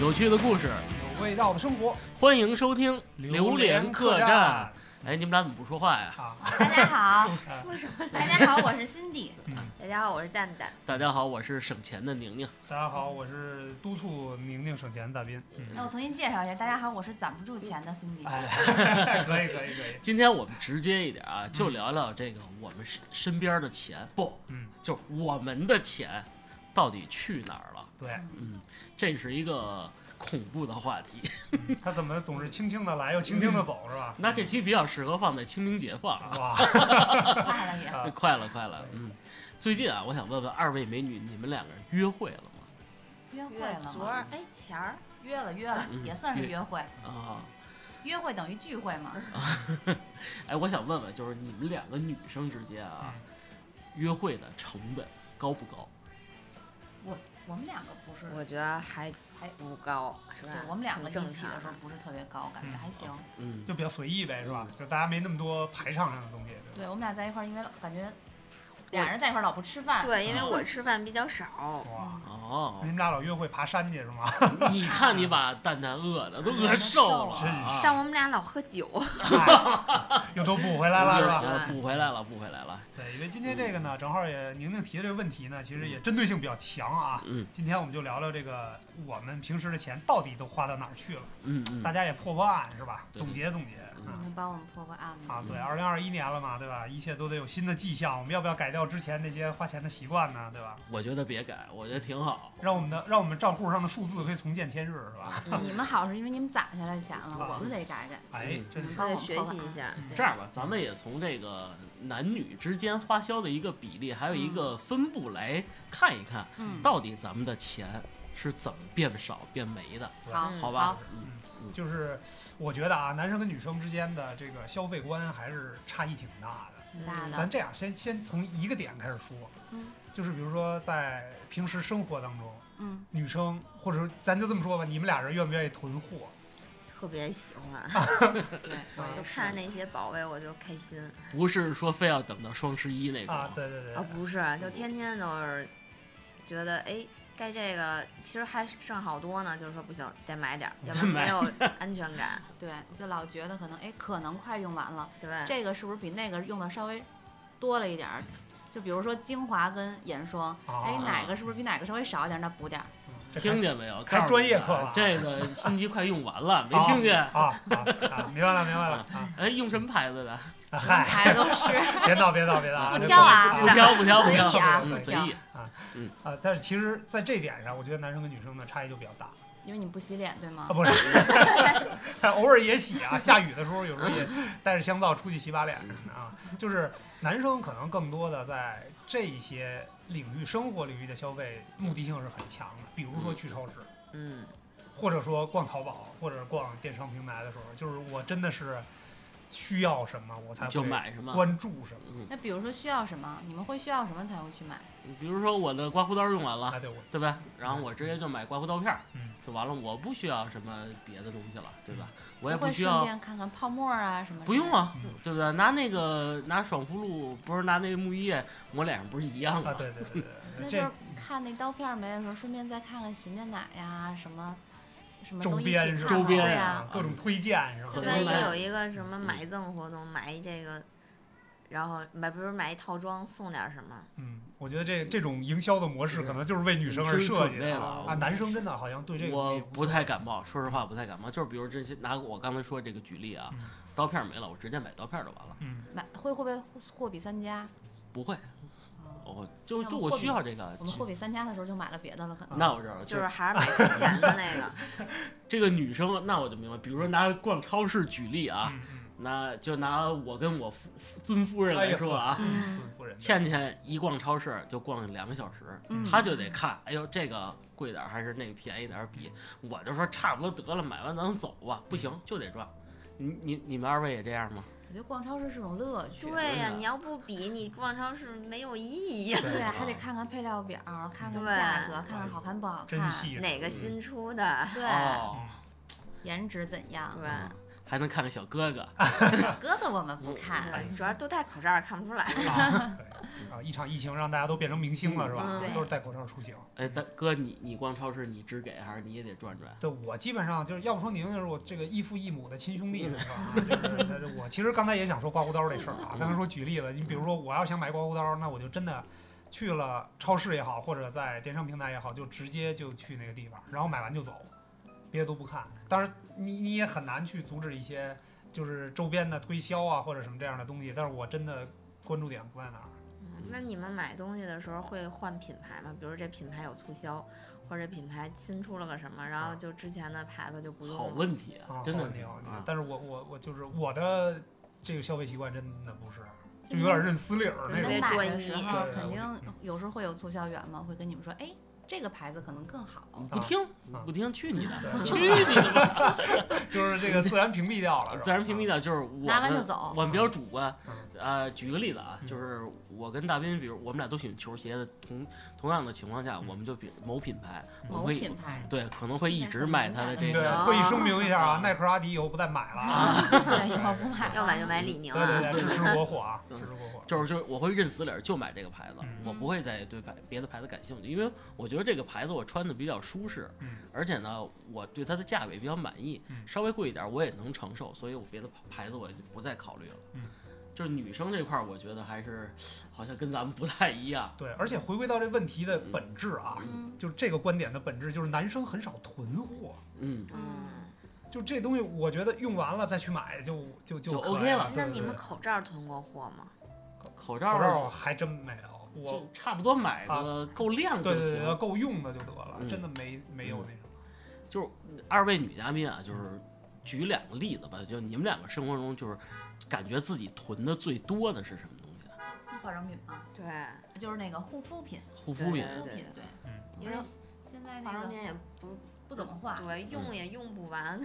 有趣的故事，有味道的生活，欢迎收听《榴莲客客栈》。哎，你们俩怎么不说话呀？啊，大家 好，嗯为什么？大家好，我是 Cindy。嗯大家好，我是蛋蛋。大家好，我是省钱的宁宁。大家好，我是督促宁宁省钱的大斌。嗯那我重新介绍一下，大家好，我是攒不住钱的 Cindy。哎， 可以可以可以，今天我们直接一点啊，就聊聊这个我们身身边的钱，不，嗯，就是我们的钱到底去哪儿了？对，嗯，这是一个恐怖的话题。嗯他怎么总是轻轻的来又轻轻的走是吧？嗯那这期比较适合放在清明节放啊，哇，快了也，啊快了快了。嗯，最近啊，我想问问二位美女，你们两个人约会了吗？约会约了吗昨儿哎前儿约了约了嗯，也算是约约会。啊，约会等于聚会嘛？哎，我想问问，就是你们两个女生之间啊，嗯约会的成本高不高？我们两个不是，我觉得还还不高，是吧哎对？我们两个挺一正起常的时候不是特别高，感觉嗯还行。嗯，就比较随意呗是吧？就大家没那么多排场上的东西，对吧？对我们俩在一块儿，因为老感觉俩人在一块儿老不吃饭，嗯对，因为啊我吃饭比较啊少，哇，哦你，们俩老约会爬山去是 吗？你看你把蛋蛋饿的都饿瘦了啊！但我们俩老喝酒。哎又都补回来了是吧？对补回来了，补回来了。对，因为今天这个呢，嗯正好也宁宁提的这个问题呢，其实也针对性比较强啊。嗯今天我们就聊聊这个我们平时的钱到底都花到哪儿去了，嗯大嗯，家也破破案是吧？对总结总结嗯你啊。能帮我们破破案吗？啊，对，二零二一年了嘛，对吧？一切都得有新的迹象，我们要不要改掉之前那些花钱的习惯呢？对吧？我觉得别改，我觉得挺好。让我们的让我们账户上的数字可以重见天日，是嗯吧？ 你们好是因为你们攒下来钱啊了，我们得改改。哎嗯，真嗯是我得学习一下。嗯这样吧，咱们也从这个男女之间花销的一个比例，还有一嗯个分布来看一看，嗯，到底咱们的钱是怎么变少变没的，好，嗯好吧？嗯啊就是我觉得啊，男生跟女生之间的这个消费观还是差异挺大的。挺大的咱。这样，先先从一个点开始说，嗯就是比如说在平时生活当中，嗯，女生或者说咱就这么说吧，你们俩人愿不愿意囤货？嗯特别喜欢， 对，我就也是看着那些宝贝我就开心不是说非要等到双十一那种啊，对对对，啊！不是，就天天都是觉得哎，该这个了，其实还剩好多呢，就是说不行，得买点儿，要不然买没有 安全感。对，我就老觉得可能哎，可能快用完了，对，这个是不是比那个用的稍微多了一点儿？就比如说精华跟眼霜，哎，哦啊，嗯哪个是不是比哪个稍微少一点儿？那补点儿。这 听见没有？开告诉专业你啊课了这个心机快用完 了，没啊听见？啊啊啊！明白了明白了啊！哎，用什么牌子的？啊 嗨，牌都是别闹别闹别闹！不这挑啊 不不知道挑不挑不随挑意啊，不嗯，不随挑意。啊，但是其实在这点上，我觉得男生跟女生的差异就比较大啊，因为你不洗脸对吗？不是， 偶尔也洗啊，下雨的时候有时候也带着香皂出去洗把脸啊。就是男生可能更多的在这一些领域、生活领域的消费目的性是很强的，比如说去超市，嗯，或者说逛淘宝，或者逛电商平台的时候，就是我真的是需要什么我才会就买什么？关注什么嗯，那比如说需要什么，你们会需要什么才会去买？比如说我的刮胡刀用完了啊，。对我对吧？然后我直接就买刮胡刀片儿嗯，就完了，我不需要什么别的东西了，对吧？我也不不会需顺要，便看看泡沫啊什么？不用。啊嗯，对不对？拿那个拿爽肤露，不是拿那个沐浴液抹脸上，不是一样 啊，吗？对对对那对，就是这看那刀片儿没的时候，顺便再看看洗面奶呀什么什么周都一起边看是吧周嘛边对啊呀，各种推荐是吧？可就能万一买有一个什嗯么买赠活动，买一这个，然后买不是买一套装送点什么？嗯，我觉得这这种营销的模式可能就是为女生而女生设计准备的了啊我啊，男生真的好像对这个我没不太感冒，说实话不太感冒。就是比如这些，拿我刚才说这个举例啊嗯，刀片儿没了，我直接买刀片儿就完了。嗯买会会不会货比三家？不会，哦我就那就我我货需比要这个我。们货嗯比三家的时候就买了别的了，可能。那我知道了，就是是还是买之前的 那个。这个女生，那我就明白。比如说拿逛超市举例啊，嗯嗯哎那就拿我跟我夫夫尊夫人来说啊， 嗯夫人倩倩一逛超市就逛两个小时，嗯她就得看，哎呦这个贵点儿还是那个便宜点儿比，我就说差不多得了，买完咱走吧，不行就得赚。你你你们二位也这样吗？我觉得逛超市是种乐趣。啊对呀、真的你要不比，你逛超市没有意义。对，啊还得看看配料表，看看对价格，看看好看不好 真看，细致哪个新出的？对，哦，颜值怎样？对，嗯还能看看小哥哥，哥哥我们不看，嗯对主要都戴口罩，看不出来。啊，对啊，一场疫情让大家都变成明星了，是吧嗯？对都是戴口罩出行。哎，大哥，你你逛超市你只给还是你也得转转？对我基本上就是，要不说您就是我这个异父异母的亲兄弟，嗯是吧？就是我其实刚才也想说刮胡刀这事儿啊，刚才说举例子，你比如说我要想买刮胡刀，那我就真的去了超市也好，或者在电商平台也好，就直接就去那个地方，然后买完就走，别的都不看。当然你，你也很难去阻止一些就是周边的推销啊或者什么这样的东西，但是我真的关注点不在那儿。那你们买东西的时候会换品牌吗？比如这品牌有促销，或者这品牌新出了个什么，然后就之前的牌子就不好用了。问题啊，真的没是有啊。但是我我我就是我的这个消费习惯真的不是，就有点认死理儿那就是种你那。买专的一时候对肯我定嗯有时候会有促销员嘛，会跟你们说，哎，这个牌子可能更好。不听啊，不听，去你 的， 对去你的吧！就是这个自然屏蔽掉了，是吧自然屏蔽。掉就是我拿完就们走我们比较主观嗯，呃，举个例子啊，嗯就是我跟大斌，比如我们俩都喜欢球鞋的同同样的情况下，嗯我们就比某品牌，我们某会品牌，对可能会一直买它的这对，个，特意声明一下啊，耐克、阿迪以后不再买了啊！对，以后不买了。要买就买李宁 嗯对啊，对对，支持国货啊，支嗯持国货。就是就是我会认死理儿就买这个牌子嗯，我不会再对牌别的牌子感兴趣，因为我觉得这个牌子我穿的比较舒适，嗯而且呢，我对它的价位比较满意，嗯稍微贵一点我也能承受，所以我别的牌子我就不再考虑了。嗯就是女生这块儿，我觉得还是好像跟咱们不太一样。对，而且回归到这问题的本质啊，嗯，就是这个观点的本质，就是男生很少囤货，嗯，啊嗯，就这东西，我觉得用完了再去买就就就就可以 OK 了对那对你们对口罩囤过货吗？口口罩罩我还真没有，我啊就差不多买个够量就对对对，要行。够用的就得了，嗯真的没没有那什么。就是二位女嘉宾啊，就是举两个例子吧，就你们两个生活中就是感觉自己囤的最多的是什么东西啊？化妆品嘛，对，就是那个护肤品，护肤品啊对护肤对品对，嗯因为现在那化妆个品也不不怎么化，嗯对，用也用不完。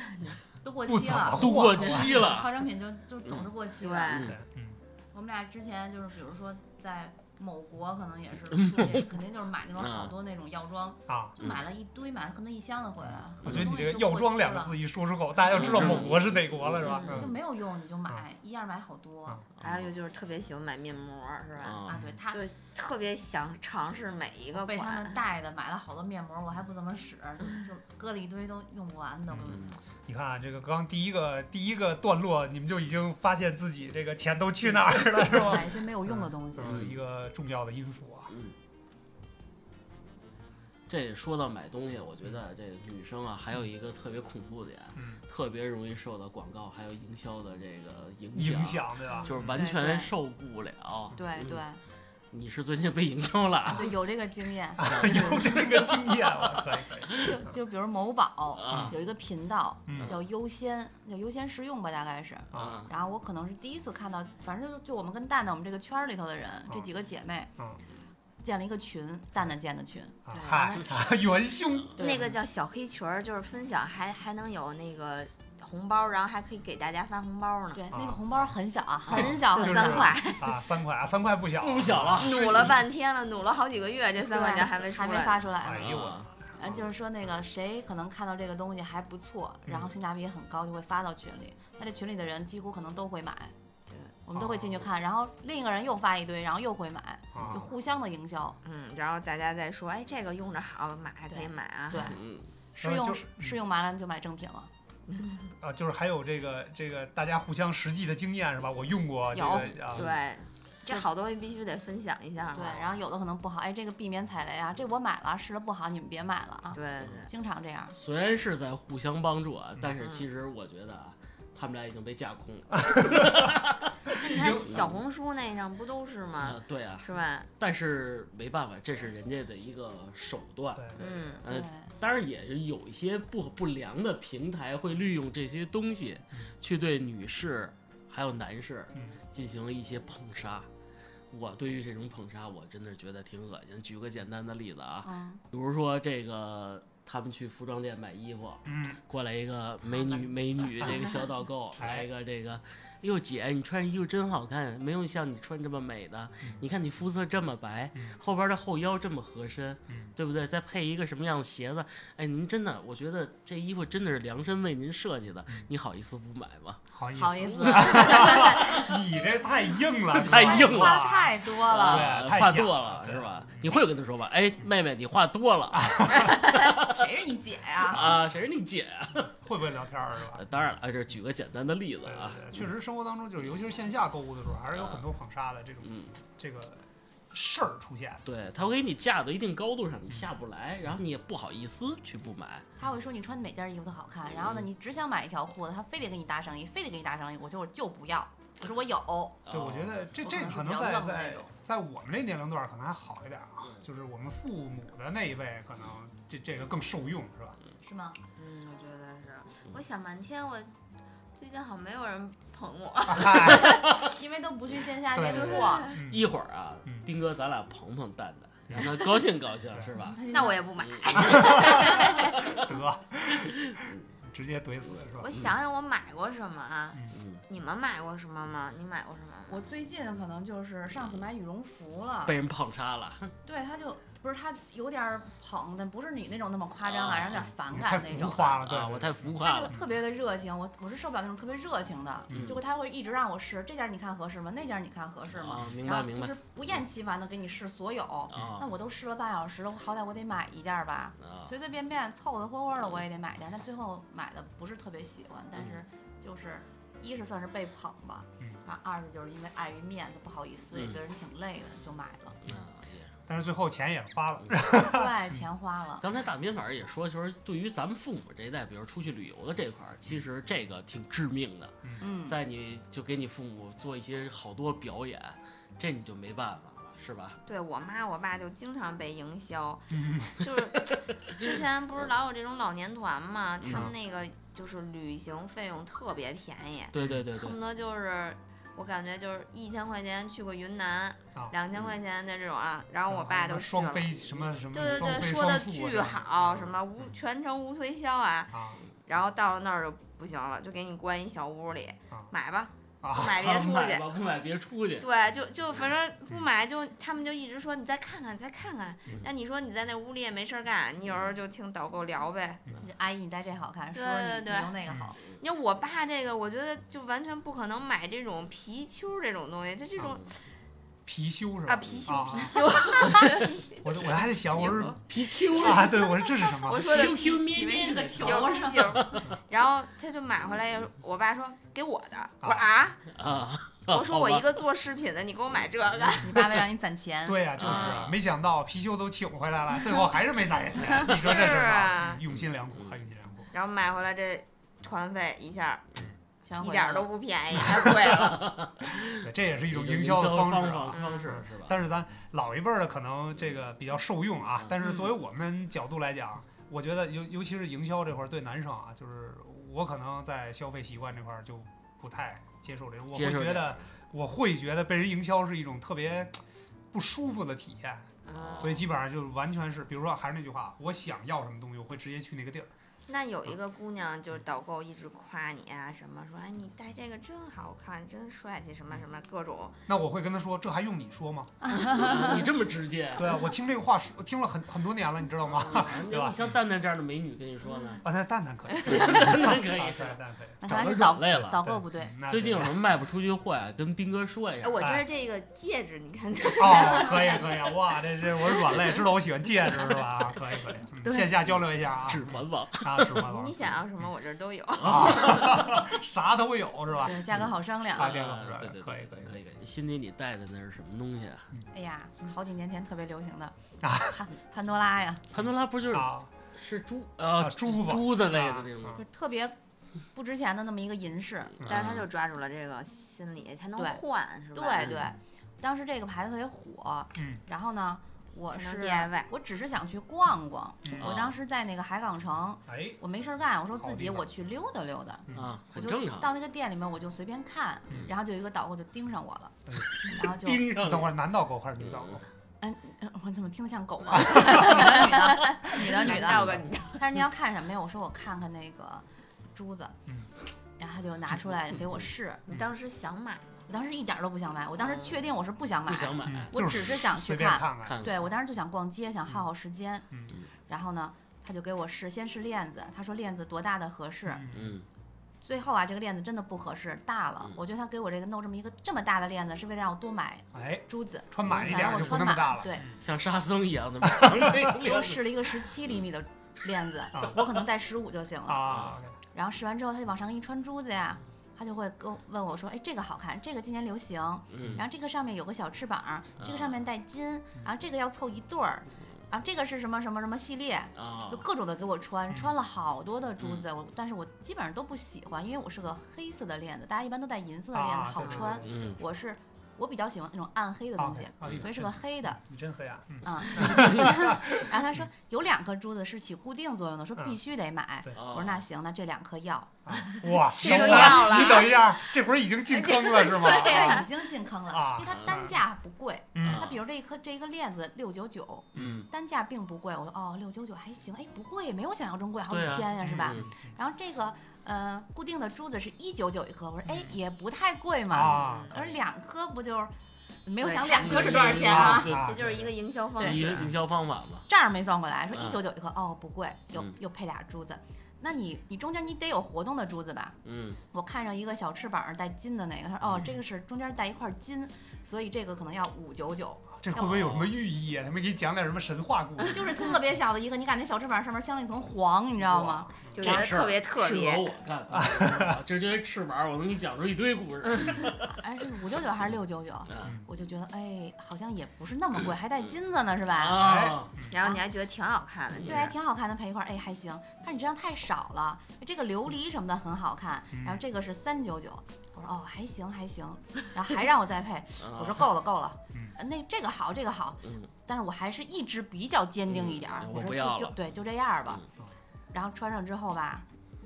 都过不期怎么了，度过期了。化妆品就就总是过期了。嗯对，对，嗯，我们俩之前就是，比如说在某国，可能也 是出去，肯定就是买那种好多那种药妆，嗯啊，就买了一堆，买了可能一箱子回来。我很觉得你多这个东西就药过妆期两个了字一说出口，大家就知嗯道某国是哪国了，是吧？嗯就没有用，你就买，嗯一样买好多啊还有就是特别喜欢买面膜，是吧？啊啊。对，他就是特别想尝试每一个被他款们。带的，买了好多面膜，我还不怎么使， 就就搁了一堆都用不完的。我嗯 你看啊，这个刚第一个第一个段落，你们就已经发现自己这个钱都去哪儿了，是吧？买一些没有用的东西。嗯一个重要的因素啊。嗯，这说到买东西，我觉得这女生啊，还有一个特别恐怖的点，嗯，特别容易受到广告还有营销的这个影响，影响对吧？就是完对全对受不了。对嗯啊对你是最近被营销了 啊？对，有这个经验。有 这个经验，我可以可以。就就比如某宝啊有一个频道嗯叫优先，叫优先试用吧，大概是。嗯啊，然后我可能是第一次看到，反正就就我们跟蛋蛋我们这个圈儿里头的人，这几个姐妹嗯，建了一个群，蛋蛋建的群，啊嗯对嗨，啊元凶对那个叫小黑裙儿，就是分享还还能有那个红包，然后还可以给大家发红包呢，对，啊那个红包很小啊，很小就很嗯是三块，啊，三块啊，三块不小，不小了。努了半天了，努了好几个月，这对啊三块钱还没出还没来。发出来哎呢。呦我啊的妈呃，呀，就是说那个谁可能看到这个东西还不错，然嗯后性价比也很高，就会发到群里。那这群里的人几乎可能都会买，对我们都会进哦去看。然后另一个人又发一堆，然后又会买，就啊互相的营销。嗯，然后大家再说，哎，这个用着好，买还可以买啊。对，嗯，试然后用就是试用完了你就买正品了。啊，就是还有这个这个大家互相实际的经验是吧？我用过这个啊，对，这好东西必须得分享一下对嘛。，然后有的可能不好，哎，这个避免踩雷啊，这我买了，试了不好，你们别买了啊，对嗯对经常这样。虽然是在互相帮助啊嗯，但是其实我觉得啊，他们俩已经被架空了。对，你看小红书那上不都是吗？啊，对啊，是吧？但是没办法，这是人家的一个手段。对嗯，呃对，，当然也有一些不不良的平台会利用这些东西，去对女士还有男士嗯进行一些捧杀。我对于这种捧杀，我真的觉得挺恶心。举个简单的例子啊，嗯，比如说这个他们去服装店买衣服，嗯，过来一个美女美女这个小导购，啊哎来一个这个，哟姐，你穿衣服真好看，没有像你穿这么美的嗯。你看你肤色这么白嗯，后边的后腰这么合身嗯，对不对？再配一个什么样的鞋子？哎，您真的，我觉得这衣服真的是量身为您设计的嗯，你好意思不买吗？好意思，好意思， 你这太硬 了，太你硬知道话吧太多了，了啊对太话假多了了对嗯啊是吧？你会跟他说吧？哎，妹妹，你话多了谁是你姐呀？啊！谁是你姐啊？会不会聊天儿是吧？当然了，啊这举个简单的例子对啊，对对，确实生活当中就是，尤其是线下购物的时候，还是有很多晃杀的这种嗯，这个事儿出现。对，他会给你架到一定高度上，你下不来，然后你也不好意思去不买，他会说你穿每件衣服都好看，然后呢，嗯你只想买一条裤子，他非得给你搭上衣，非得给你搭上衣，我就我就不要，我说我有，对，我觉得这这我可可能是比能在较愣的那在种在我们这年龄段儿可能还好一点儿啊嗯，就是我们父母的那一辈可能这这个更受用是吧？是吗？嗯，我觉得是。我嗯想半天，我最近好像没有人捧我。嗨，因为都不去线下对店对铺，哎嗯一会儿啊嗯，斌哥，咱俩捧捧蛋蛋，让他高兴高兴是吧？哎那我也不买。得，直接怼死是吧我？想想我买过什么啊？嗯，你们买过什么吗？你买过什么吗？我最近可能就是上次买羽绒服了，被人捧杀了，对，他就不是他有点儿捧，但不是你那种那么夸张啊，啊让人有点反你感太那浮种。夸了，对啊，对我太浮他夸就了，啊特别的热情，我我是受不了那种特别热情的，嗯就他会一直让我试这件儿你看合适吗？那件儿你看合适吗？啊，明然白后明就白是不厌其烦的给你试所有。啊那我都试了半小时了，我好歹我得买一件儿吧，啊，随随便便凑凑合合的我也得买一件儿。但最后买的不是特别喜欢，但是嗯就是一是算是被捧吧嗯，然后二是就是因为碍于面子不好意思，也嗯觉得你挺累的就买 了，啊也是但是最后钱也花了，对，钱花 了。刚才大斌反正也说，就是对于咱们父母这一代，比如出去旅游的这块儿，其实这个挺致命的，嗯，在你就给你父母做一些好多表演，这你就没办法了，是吧？对我妈我爸就经常被营销， 嗯就是之前不是老有这种老年团嘛，他嗯们那个就是旅行费用特别便宜，对对对对 恨，不得就是我感觉就是一千块钱去过云南啊，两千块钱的这种啊，然后我爸就去双了。飞什么什么，对对对，双飞说的双宿啊巨这种好，什么无全程无推销啊，啊然后到了那儿就不行了，就给你关一小屋里啊，买吧，啊，买 别出买去。吧，不买别出去。对，就就反正不买就他们就一直说你再看看再看看嗯，那你说你在那屋里也没事儿干，你有时候就听导购聊呗。你阿姨你戴这好看，叔对叔你对你对用那个好，你看我爸这个，我觉得就完全不可能买这种貔貅这种东西，就这种貔貅啊是吧？啊貅貅啊貔貅，我我还在想，我貔说貅 PQ 啊，对，我说这是什么 我？说的 QQ 咩以为咩是的个球貔貅貔 貅，然后他就买回来，我爸说给我的，我说啊。啊，哦我说我好一吧个做饰品的，你给我买这个，嗯你爸为了让你攒钱，对呀、就是啊啊没想到貔貅都请回来了，最后还是没攒下 钱。你说这事是儿啊啊，用心良苦，还用心良苦。然后买回来这团费一下全一回点来儿了都不便宜，太贵 了。对，这也是一种营营销的方方式方啊。方式是吧？但是咱老一辈儿的可能这个比较受用啊嗯，但是作为我们角度来讲，我觉得尤尤其是营销这块儿，对男生啊，就是我可能在消费习惯这块儿就不太接受这种，我接会受觉这得我会觉得被人营销是一种特别不舒服的体验，哦嗯所以基本上就是完全是，比如说还是那句话，我想要什么东西，我会直接去那个地儿。那有一个姑娘就是导购一直夸你啊，什么说哎你戴这个真好看，真帅气，什么什么各种。那我会跟他说，这还用你说吗？你这么直 接，对啊，我听这个话说听了很很多年了，你知道吗？对吧你像蛋蛋这样的美女跟你说 呢，啊，那蛋蛋可以，蛋蛋可以啊。蛋蛋可以。那找看来到是导软肋了导购不对，嗯，那最近对有什么卖不出去的货呀？跟斌哥说一哎，下。我这是这个戒指，你看这哦，可以可以，哇，这这我软肋，知道我喜欢戒指是吧？啊，可以可以，嗯对线下交流一下啊，指环王，啊，指环王，你想要什么我这儿都有。啊， 啥都有是吧？对，价格好商量。啊这个对对，可以对可以可以可以。辛迪，你带的那是什么东西啊？哎呀，好几年前特别流行的嗯啊潘潘多拉呀，潘多拉不就是啊，是珠啊啊珠子珠子类的那种啊吗？就特别不值钱的那么一个银饰。啊但是他就抓住了这个心理，他能对换是吧？对嗯对，当时这个牌子特别火，嗯然后呢，我还能是 DIY 我只是想去逛逛。嗯我当时在那个海港城，哎，我没事儿干，我说自好地己方我去溜达溜达，嗯啊，我很就正常。到那个店里面我就随便看嗯，然后就有一个导购就盯上我了哎，然后就盯上等会儿男导购还是女导购？呃我怎么听着像狗啊？女的女的女的到个你的他说你要看什么呀？我说我看看那个珠子嗯，然后他就拿出 来给我试。你当时想买，我当时一点儿都不想买，我当时确定我是不想买不，想买，嗯我就只是想随去便看看看，看看对我当时就想逛街，想耗耗时间。嗯然后呢，他就给我试，先试链子，他说链子多大的合适，嗯嗯最后啊，这个链子真的不合适，大了嗯。我觉得他给我这个弄这么一个这么大的链子，是为了让我多买哎，珠子，穿满一嗯想点让儿我就不穿那么满。大了。对，像沙僧一样的我试了一个十七厘米的链子啊，我可能戴十五就行了。啊，嗯然后试完之后，他就往上一穿珠子呀，他就会跟问我说：“哎，这个好看，这个今年流行。嗯，然后这个上面有个小翅膀，这啊个上面带金，然后这个要凑一对儿，然后这个是什么什么什么系列。”啊就，各种的给我穿，嗯穿了好多的珠子，我但是我基本上都不喜欢，因为我是个黑色的链子，大家一般都戴银色的链子啊好对对穿，嗯，我是我比较喜欢那种暗黑的啊东西，啊，所以是个黑的，你真黑啊， 嗯，嗯。 然后他说有两颗珠子是起固定作用的，说嗯哦必须得买。我我说那行，那这两颗要， 哇，这行就要了了，你等一下，这会儿已经进坑了是吗？啊已经进坑了，啊因为它单价不贵。嗯 它比如这一颗这一个链子六九九，嗯，单价并不贵。我说哦，六九九还行，哎，不贵，没有想象中贵，好对几啊千呀，是吧？嗯然后这个呃固定的珠子是一九九一颗，我说哎嗯也不太贵嘛，啊，我说两颗不就是没有对想差两不颗多是这多少个钱啊？对这就是一个营销方一个式。营销方法嘛，这儿没算过来，说一嗯九九一颗哦不贵，又嗯又配俩珠子，那你你中间你得有活动的珠子吧？嗯，我看上一个小翅膀带金的那个，他说哦这个是中间带一块金，所以这个可能要五九九，这会不会有什么寓意啊？他们给你讲点什么神话故事，就是特别小的一个，你感觉小翅膀上面镶了一层黄，你知道吗？就觉得事儿特别特适合别，我干 的，啊这这些翅膀我能给你讲出一堆故事，哎是五九九还是六九九？嗯我就觉得哎好像也不是那么贵，还带金子呢是吧？啊，然后你还觉得挺好看的。对，还挺好看的，配一块儿，哎，还行。但是你这样太少了，这个琉璃什么的很好看，嗯嗯然后这个是三九九，我说哦，还行 还行，然后还让我再配，啊我说够了够了嗯，呃那这个好这个好嗯，但是我还是意志比较坚定一点儿嗯，我我不说要就了就对就这样儿吧嗯。然后穿上之后吧，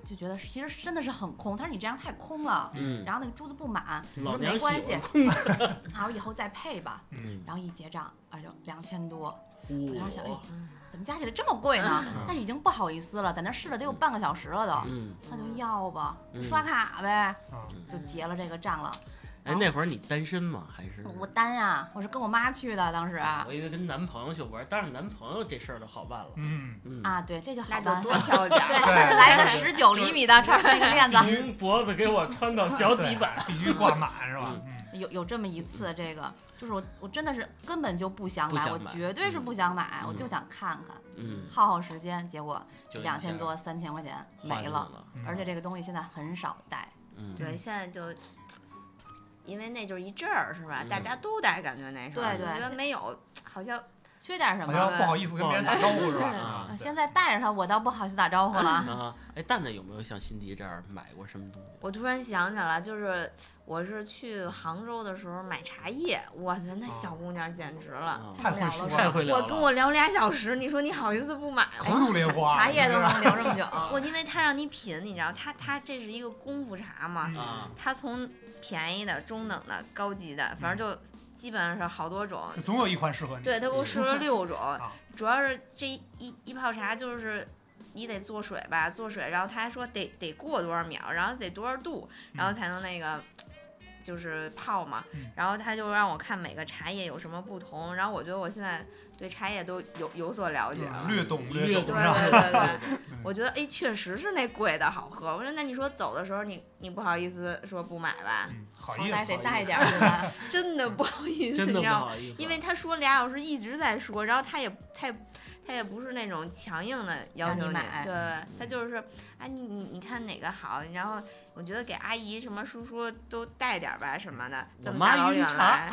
就觉得其实真的是很空，他说你这样太空了。嗯，然后那个珠子不满，我老说娘没关喜系欢， 然后以后再配吧。嗯，然后一结账，啊就两千多，我我当时想，哎，嗯怎么加起来这么贵呢？但是已经不好意思了，在那试了得有半个小时了都。嗯，那就要吧，嗯刷卡呗，啊就结了这个账了。哎，那会儿你单身吗？还是我单呀、我是跟我妈去的，当时啊我，以为跟男朋友去玩，但是男朋友这事儿就好办了。嗯，嗯，啊对，这就好那办就了 多挑一点对，儿。对来个十九厘米的，穿上那个链子。从脖子给我穿到脚底板。必须挂满是吧？嗯有有这么一次，这个就是我，我真的是根本就不想不买，想我买绝对是不想买，嗯我就想看看，嗯，耗耗时间，结果就两千多、三千块钱没了，了。嗯而且这个东西现在很少戴，嗯，对，现在就。因为那就是一阵儿，是吧？嗯大家都得感觉那时候，对就对觉得没有，好像缺点什好么？像不好意思跟别人打招呼是 吧？啊嗯啊，现在带着它，我倒不好意思打招呼了。啊，哎，蛋蛋有没有像辛迪这样买过什么东西？我突然想起来，就是我是去杭州的时候买茶叶，哇塞，那小姑娘简直了！啊太会说太了，会哦聊我了。跟我聊俩小时，你说你好意思不买口吗？吐莲花，哎茶叶都能留这 么久，哦我因为他让你品，你知道，他他这是一个功夫茶嘛，嗯啊，他从便宜的、中等的、高级的，嗯反正就基本上是好多种。总有一款适合你。对，他给我试了六 种，啊主要是这一一一泡茶就是。你得做水吧，做水，然后他还说得得过多少秒，然后得多少度，嗯然后才能那个，就是泡嘛嗯。然后他就让我看每个茶叶有什么不同，然后我觉得我现在对茶叶都有有所了解了。略懂略懂对懂是吧？对对对，嗯我觉得哎，确实是那贵的好喝。我说那你说走的时候你你不好意思说不买吧？嗯，好好意歹思，得带点儿， 对吧？真的不好意 思，真的你不知道吗？好意思，因为他说俩小时一直在说，然后他也他也他也不是那种强硬的要求让你买嗯对，他就是哎你你你看哪个好，然后我觉得给阿姨什么叔叔都带点儿吧什么的，我这么妈大老晕远茶来，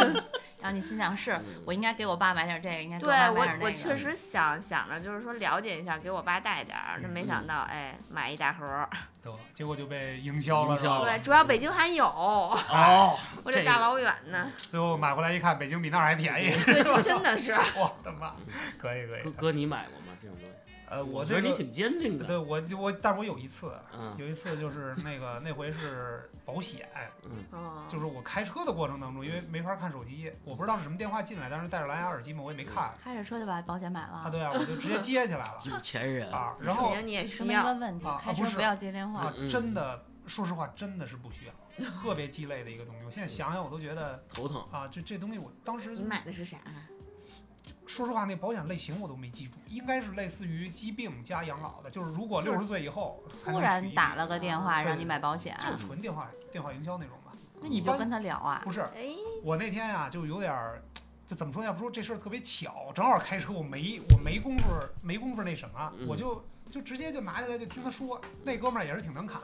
然后你心想是，我应该给我爸买点这个，应该给对我妈买我点那我个。确实想想着就是说了解一下，给我爸带点儿，这没嗯想到哎买一大盒儿，得结果就被营销了，营是销吧哎了？对，主要北京还有。哦，我这这大个老远呢，最后买回来一看，北京比那儿还便宜，对，真的是。我的妈！可以可哥以，哥你买过吗？这种东西？呃，我嗯觉得这你个挺坚定的。对我我，但是我有一次，嗯有一次就是那个那回是保险，嗯，就是我开车的过程当中，因为没法看手机，我不知道是什么电话进来，当时带着蓝牙耳机嘛，我也没啊看开着车就把保险买啊，了。对啊，我就直接接起来了有钱人，啊，然说后明你也说需明一要个问题啊，开车不是不要接电话啊。嗯，真的，说实话，真的是不需要，特别鸡肋的一嗯个东西。我现在想想，我都觉得头疼。啊，这这东西我当时你买的是啥？说实话，那保险类型我都没记住，应该是类似于疾病加养老的，就是如果就是六十岁以后才突能然取一打笔了个电话对让你买保险，就是纯电话电话营销那种吧。那你一就般跟他聊啊不。是，哎，我那天啊就有点儿，就怎么说呢？要不说这事儿特别巧，正好开车我没我没工夫没工夫那什么，嗯我就就直接就拿下来就听他说。那哥们儿也是挺能砍，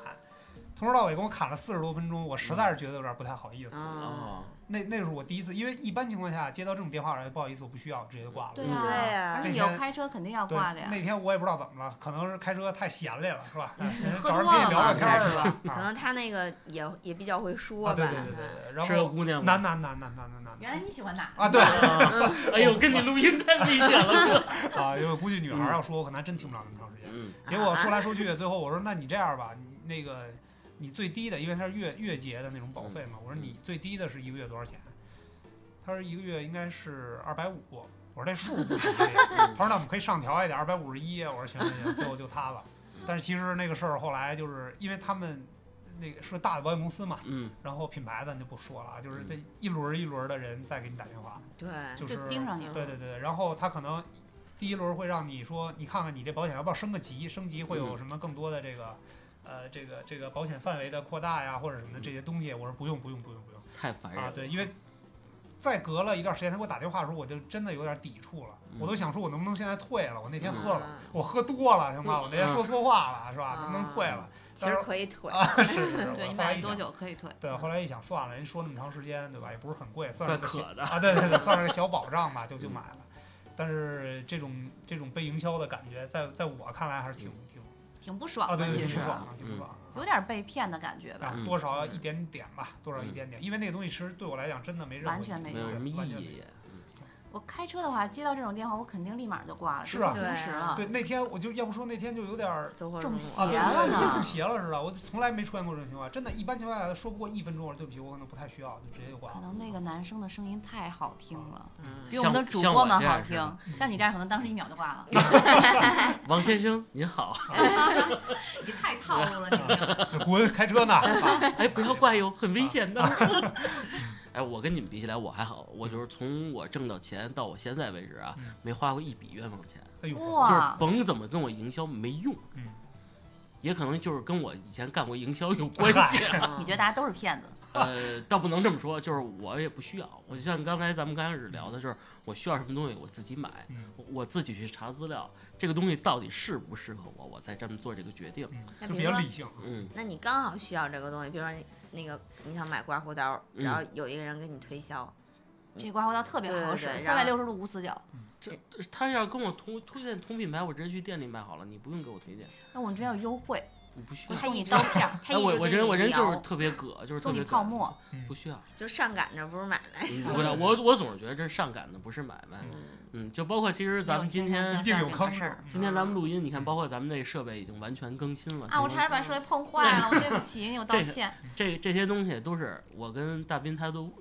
从头到尾跟我砍了四十多分钟，我实在是觉得有点不太好意思。嗯啊哦，那那是我第一次，因为一般情况下接到这种电话，哎不好意思，我不需要，直接就挂了。对啊嗯对呀、呀而且啊那有天开车肯定要对挂的呀，嗯那天我也不知道怎么了，可能是开车太闲来了，是吧？人喝找人多跟你聊聊了嘛，主天要儿是是吧？吧？可啊，能他那个也也比较会说啊吧。对对对对对，然是个后姑娘吗男？男男男男男男嗯原来你喜欢哪？啊，对。哎呦，跟你录音太危险 了。哥啊，因为估计女孩儿要说，我可能还真听不了那么长时间。嗯 结果啊说来说去，最后我说，那你这样吧，你那个你最低的，因为它是月月结的那种保费嘛，我说你最低的是一个月多少钱？他说一个月应该是二百五。我说这数不成立，他说那我们可以上调一点，二百五十一。我说行行行，最后就他了。但是其实那个事儿后来就是因为他们那个是个大的保险公司嘛，嗯，然后品牌咱就不说了啊，就是这一轮儿一轮儿的人再给你打电话，嗯对，就 啊就是盯上你了对对对，然后他可能第一轮会让你说，你看看你这保险要不要升个级，升级会有嗯什么更多的这个，呃，这个这个保险范围的扩大呀，或者什么嗯的这些东西。我说不用不用不用不用太哎烦人啊了，。对，因为再隔了一段时间，他给我打电话的时候，我就真的有点抵触了，嗯我都想说我能不能现在退了？我那天喝了，嗯我喝多了，行嗯吧，我那天说错话了，是吧？能不能啊退了？其实可以腿。啊，是是是， 对我后来你买一了多想？久可以退？对，后来一想算了，人说那么长时间，对吧？也不是很贵，算怪是个小渴的。嗯啊，对对对，算是个小保障 吧，就就买了。但是这种这种被营销的感觉，在在我看来还是挺嗯挺挺不啊，爽对对，的，其挺实不爽的，挺不爽有的。点被骗的感觉吧。啊，嗯多少一点点吧，多少一嗯点点，因为那个东西其实对我来讲真的没任何完全哎意义没有对什么完意全没义。我开车的话，接到这种电话，我肯定立马就挂了，是就啊平时了。对，那天我就要不说那天就有点儿走火入中魔邪啊，对了对对，呢中邪了似的，我从来没出现过这种情况，真的，一般情况下说不过一分钟，我说对不起，我可能不太需要，就直接就挂可了。能那个男生的声音太好听了，嗯比我们的主播们好听。像你这样，可能当时一秒就挂了。嗯王先生您 好，你太套路了，你这个。就滚，开车呢！啊哎，不要挂哟，很危险 的。哎，我跟你们比起来，我还好，我就是从我挣到钱到我现在为止啊嗯，没花过一笔冤枉钱，哎呦，就哇是甭怎么跟我营销没用嗯。也可能就是跟我以前干过营销有关系，你觉得大家都是骗子？呃，倒不能这么说，就是我也不需要。我就像刚才咱们刚开始聊的，就是我需要什么东西，我自己买，嗯我我自己去查资料，这个东西到底适不适合我，我再这么做这个决定。那就比比如较说理性。嗯， 那你刚好需要这个东西，比如说你那个你想买刮胡刀，嗯然后有一个人给你推销，这刮胡刀特别好使对对，三对然后百六十度无死角。这他要跟我同推荐同品牌，我直接去店里买好了，你不用给我推荐，那我们这边有优惠，我不需要。他一刀片儿， 他哎，一直我跟我你人我人就是聊，特别葛，就是特送别你葛泡，沫。不嗯需要。就上赶着不是买卖。嗯不要，我我总是觉得这是上赶的，不是买卖。嗯，嗯，就包括其实咱们今天一定有坑嗯事儿。嗯今天咱们录音，你看，包括咱们那设备已经完全更新了啊！我差点把设备碰坏了，我 对不起，我道嗯这个歉。这这些东西都是我跟大斌他都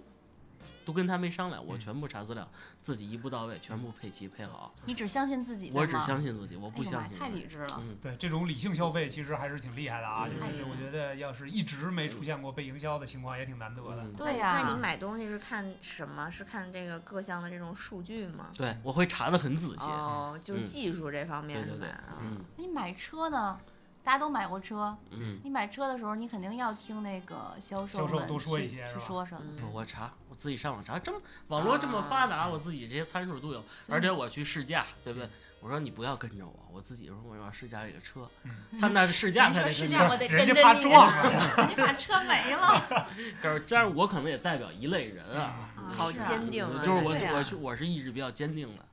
都跟他没商量，我全部查资料，自己一步到位，全部配齐配好。你只相信自己，我对只吗相信自己，我哎不呦妈相呀信。太理智了。嗯，对这种理性消费其实还是挺厉害的啊，嗯就是我觉得要是一直没出现过被营销的情况也挺难得的。嗯对呀、那你买东西是看什么？是看这个各项的这种数据吗？对，我会查的很仔细。哦，嗯就是技术这方面对对是吧对？啊嗯那你买车呢？大家都买过车，嗯，你买车的时候，你肯定要听那个销售销售们多说去一些是去吧说什么。嗯 不，我查，我自己上网查，这么网络这么啊发达，我自己这些参数都有，所以嗯而且我去试驾，对不对？我说你不要跟着我，我自己说我要试驾这个车嗯，他那试驾你他说得试跟驾着，我得人跟家着怕你，啊撞啊人家怕车没了。就是，但是我可能也代表一类人啊，嗯啊好是啊坚定啊！就是这我个对啊我是我是意志比较坚定的，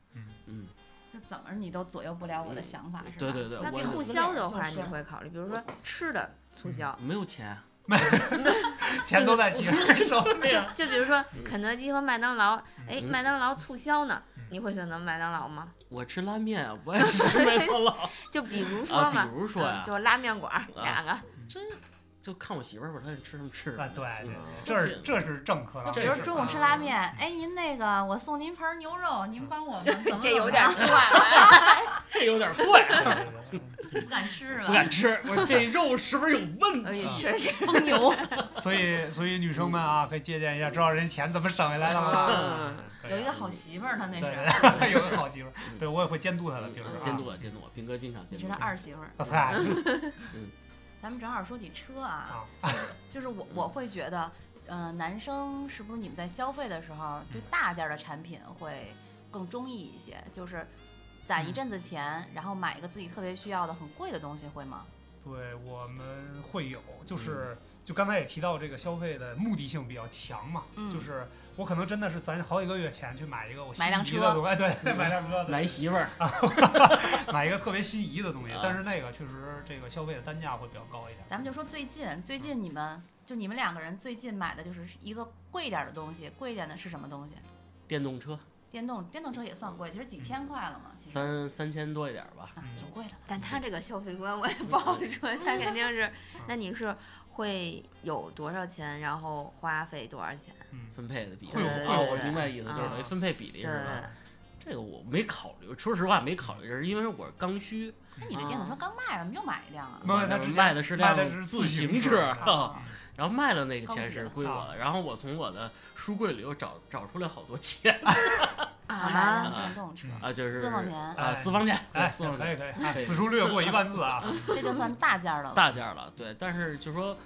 嗯，就怎么你都左右不了我的想法，是吧？对对对，那呃我就促销的话，就你是会考虑，比如说吃的促销，没有钱， 钱都在其实 手里。就就比如说嗯肯德基和麦当劳，哎，嗯麦当劳促销呢嗯，你会选择麦当劳吗？我吃拉面啊， 我也吃麦当劳。就比如说啊，嘛比，如说呀、嗯就拉面馆儿啊两个， 就看我媳妇儿吧，她想吃什么吃什啊么。对对嗯这是这啊是正课了。这比如是中午吃拉面，哎，您那个我送您盘牛肉，您帮 我们怎么怎么这有点样怪了。这有点怪， 对对对不敢吃是不吧？敢 吃。我这肉是不是有问哎题？呀确实， 疯牛，所以所以女生们啊，可以借鉴一下，知道人家钱怎么省下来的吗？对嗯有一个好媳妇儿，她那对是，， 有个好媳妇儿，对我也会嗯监督她的，平时嗯啊监督。我，监督我，斌哥经常你监是督她我。二媳妇儿。啊嗨， 咱们正好说起车啊，就是我嗯我会觉得，呃，男生是不是你们在消费的时候对嗯大件儿的产品会更中意一些？就是攒嗯一阵子钱，然后买一个自己特别需要的很贵的东西，会吗？对我们会有，就是就刚才也提到这个消费的目的性比较强嘛，嗯就是我可能真的是攒好几个月钱去买一个我心买辆仪车的东西，哎， 对，买辆车，对来媳妇儿，买一个特别心仪的东西啊，但是那个确实这个消费的单价会比较高一点。咱们就说最近，最近你们就你们两个人最近买的就是一个贵点儿的东西，贵一点的是什么东西？电动车电动电动车也算贵，其实几千块了嘛，其实三三千多一点吧。啊嗯挺贵的了。但他这个消费观我也不好嗯说，他肯定是。那你是会有多少钱，然后花费多少钱？嗯，分配的比例，会有啊会有我明白意思，就是啊等于分配比例对是吧？这个我没考虑，说实话没考虑，这是因为我是刚需，那你这电动车刚卖了，怎么又买一辆啊？没有他我之前卖的是卖辆的是自行啊车，啊啊然后卖了那个钱刚需是归我的，然后我从我的书柜里又找找出来好多 钱我买了啊，辆电动车，嗯啊，就是私房钱，啊，哎私房钱，对，哎，私房可钱以可以，啊对此处略过一万字啊。这就算大件儿的了。大件儿了，对，但是就说。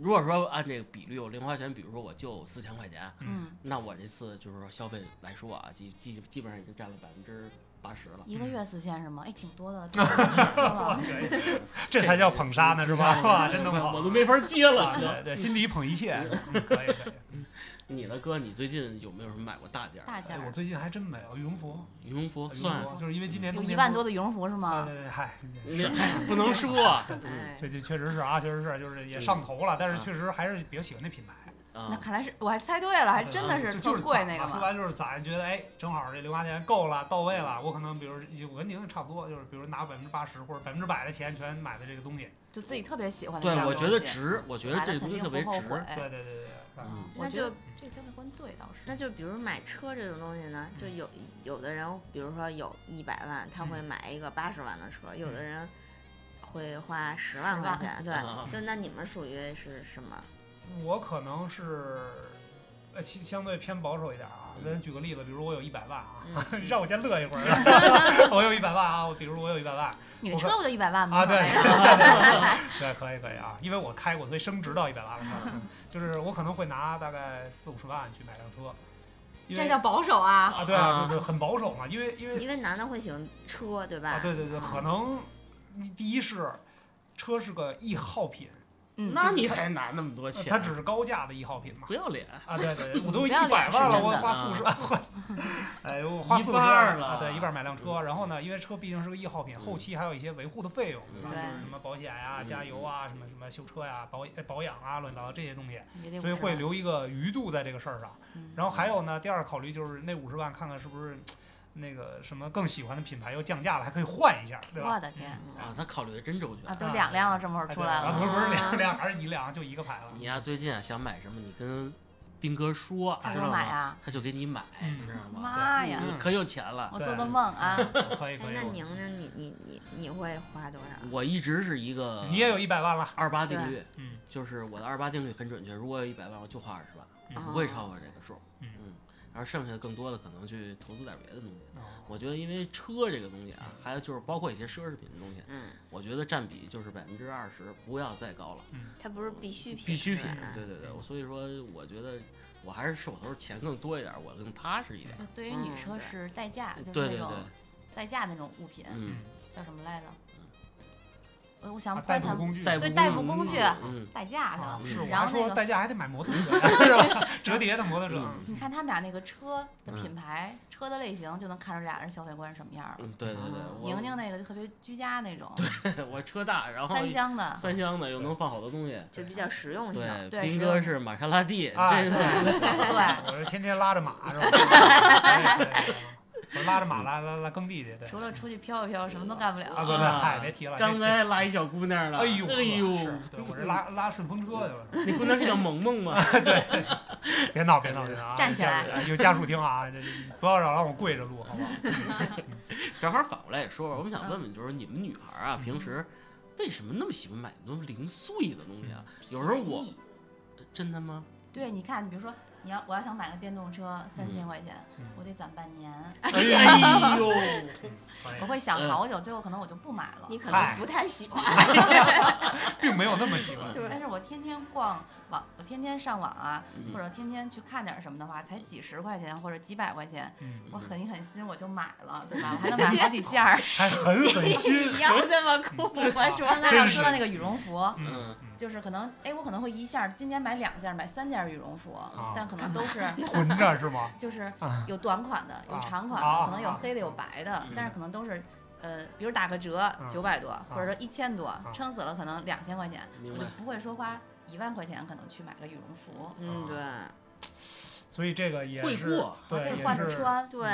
如果说按这个比率，我零花钱，比如说我就四千块钱，嗯，那我这次就是说消费来说啊，基基基本上已经占了百分之八十了。一个月四千是吗？哎，挺多的了，挺 多了 这才叫捧杀呢，是吧？是吧？真弄好，我都没法接了。啊你知道对对，心里捧一切，嗯可以 可以。你的哥，你最近有没有什么买过大件儿？大件哎，我儿。最近还真没有羽绒服，羽绒服羽绒哦算服就是因为今年有冬一天万不多的羽绒服是啊，吗？对对，嗨，你哎 不能 说啊哎，这这确实是啊，确实是，就是也上头了，但是确实还是比较喜欢那品牌。那啊，看来是我还猜对了，还啊真的嗯嗯就是就特是贵攒那个嘛说嘛。白就是攒，觉得哎，正好这零花钱够了，到位了。我可能比如我跟宁宁差不多，就是比如拿百分之八十或者百分之百的钱全买的这个东西。就自己特别喜欢的一对，样我东西。觉得值，我觉得买这了个东肯西定特别不后悔值。。对对对对对，嗯我那觉得就这个消费观对倒是。那就比如买车这种东西呢，就有有的人，比如说有一百万，他会买一个八十万的车，有的人会花十万块钱，对啊，就那你们属于是什么？我可能是。呃，相相对偏保守一点啊，咱举个例子，比如我有一百万啊，嗯嗯 让我先乐一会 儿。我有一百万啊，我比如我有一百万，你的车不就一百万吗？啊，对，哎呀对，可以可以啊，因为我开过，所以升值到一百万 了。就是我可能会拿大概四五十万去买辆车，因这为叫保守啊。啊，对啊，就是很保守嘛，因为因为因为男的会喜欢车，对吧？啊，对嗯对对，可能第一是车是个易耗品，呃嗯，那你还拿那么多钱？啊它只是高价的易耗品嘛。不要脸。啊，对对，对，我都不一要脸百万是了，真我的花四五十万，花， 哎，我花啊一四五十半儿万了嗯啊对，一半儿买辆车，然后呢，因为车毕竟是个易耗品，后期还有一些维护的费用，嗯比方对就是什么保险呀、嗯加油啊、什么什么修车呀、保呃保养啊、乱七八糟这些东西，也得所以50会万。留一个余度在这个事儿上。嗯然后还有呢，第二个考虑就是那五十万，看看是不是那个什么更喜欢的品牌又降价了，还可以换一下，对吧？我的天嗯啊，他考虑的真周全啊，。都两辆了，这么会儿哎出对来啊了。不是不是啊两辆，还是一辆，就一个牌了。你呀、最近啊想买什么，你跟斌哥说，他知说道啊买吗？啊，他就给你买，嗯你知道吗？妈呀，嗯可有钱了。我做的梦啊。可以可哎以那我，宁宁，你你你你会花多嗯少？我一直是一个，你也有一百万了，二八定律，嗯，就是我的二八定律很准确，如果有一百万，我就花二十万，嗯啊不会哦超过这个数。嗯然后剩下的更多的可能去投资点别的东西。哦我觉得因为车这个东西啊，还有就是包括一些奢侈品的东西，嗯，我觉得占比就是百分之二十，不要再高了。它不是必需品，必需是品吧，对对对，所以说我觉得我还是手头钱更多一点，我更踏实一点。就对于女嗯车对是代驾，就对对是那对种，代驾那种物品，嗯，叫什么来着？我我想啊突代然步想工具，代对步代步工具嗯，代驾去啊了，是嗯我然还后那说个代驾还得买摩托 车，是吧？折叠的摩托车，嗯你看他们俩那个车的嗯品牌、车的类型，就能看出俩人消费观是什么样儿了。嗯，对对对，宁宁我那个就特别居家那种， 我车大，然后三厢的，三厢的又能放好多东西。就比较实用性。对，对斌是哥是玛莎拉蒂，啊这是对 对， 我是天天拉着马是吧？哎对对对我拉着马拉拉拉耕地去，对。除了出去飘一飘，什么都干不啊，了。不不，嗨，别提了。这刚才拉一小姑娘了，哎呦，哎呦，是对我这拉拉顺风车去了。那姑娘是叫萌萌吗？别闹，别闹，别闹啊！站起来有家属有家属听啊，这这不要老让我跪着录，好不 好？正好反过来也说说，我们嗯想问问，就是你们女孩儿啊，平时为什么那么喜欢买那么零碎的东西啊？有时候我呃嗯便宜真的吗？对，你看，你比如说，你要我要想买个电动车，三千块钱，嗯我得攒半年，哎呦，我会想好久，最后可能我就不买了。你可嗨能不太喜欢。并没有那么喜欢。对，但是我天天逛网，我天天上网啊，嗯或者天天去看点什么的话，才几十块钱或者几百块钱，嗯，我狠一狠心我就买了，对吧？我还能买好几件儿。还狠狠心你 要这么酷，我说刚才真我是说到那个羽绒服，嗯，就是可能哎，我可能会一下儿今年买两件儿，买三件儿羽绒服，哦但可能都是囤啊着是吗？就是啊有短款的，有啊长款啊的，可能有啊黑的，有白的嗯，但是可能都是。呃，比如打个折嗯九百啊多，或者说一千多，撑死了可能两千块钱，明我白嗯就。不会说花一万块钱可能去买个羽绒服，嗯，对所以这个也会是过对，可以也啊换着是穿。对，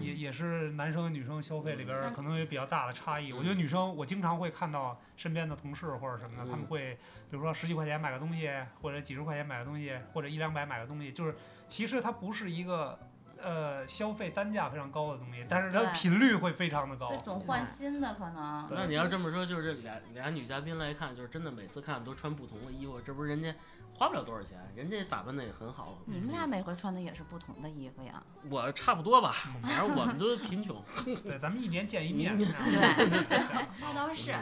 也也是男生和女生消费里边儿嗯可能有比较大的差异。嗯我觉得女生，我经常会看到身边的同事或者什么嗯的，他们会比如说十几块钱买个东西，或者几十块钱买个东西，或者一两百买个东西，就是其实它不是一个呃消费单价非常高的东西，但是它的对频率会非常的高对，。总换新的可能。那你嗯要这么说，就是这俩俩女嘉宾来看，就是真的每次看都穿不同的衣服，这不是人家花不了多少钱，人家打扮的也很好。嗯你们俩每回穿的也是不同的衣服 呀？我差不 多吧，反正我们都贫穷。对，咱们一年见一面。嗯 那倒是，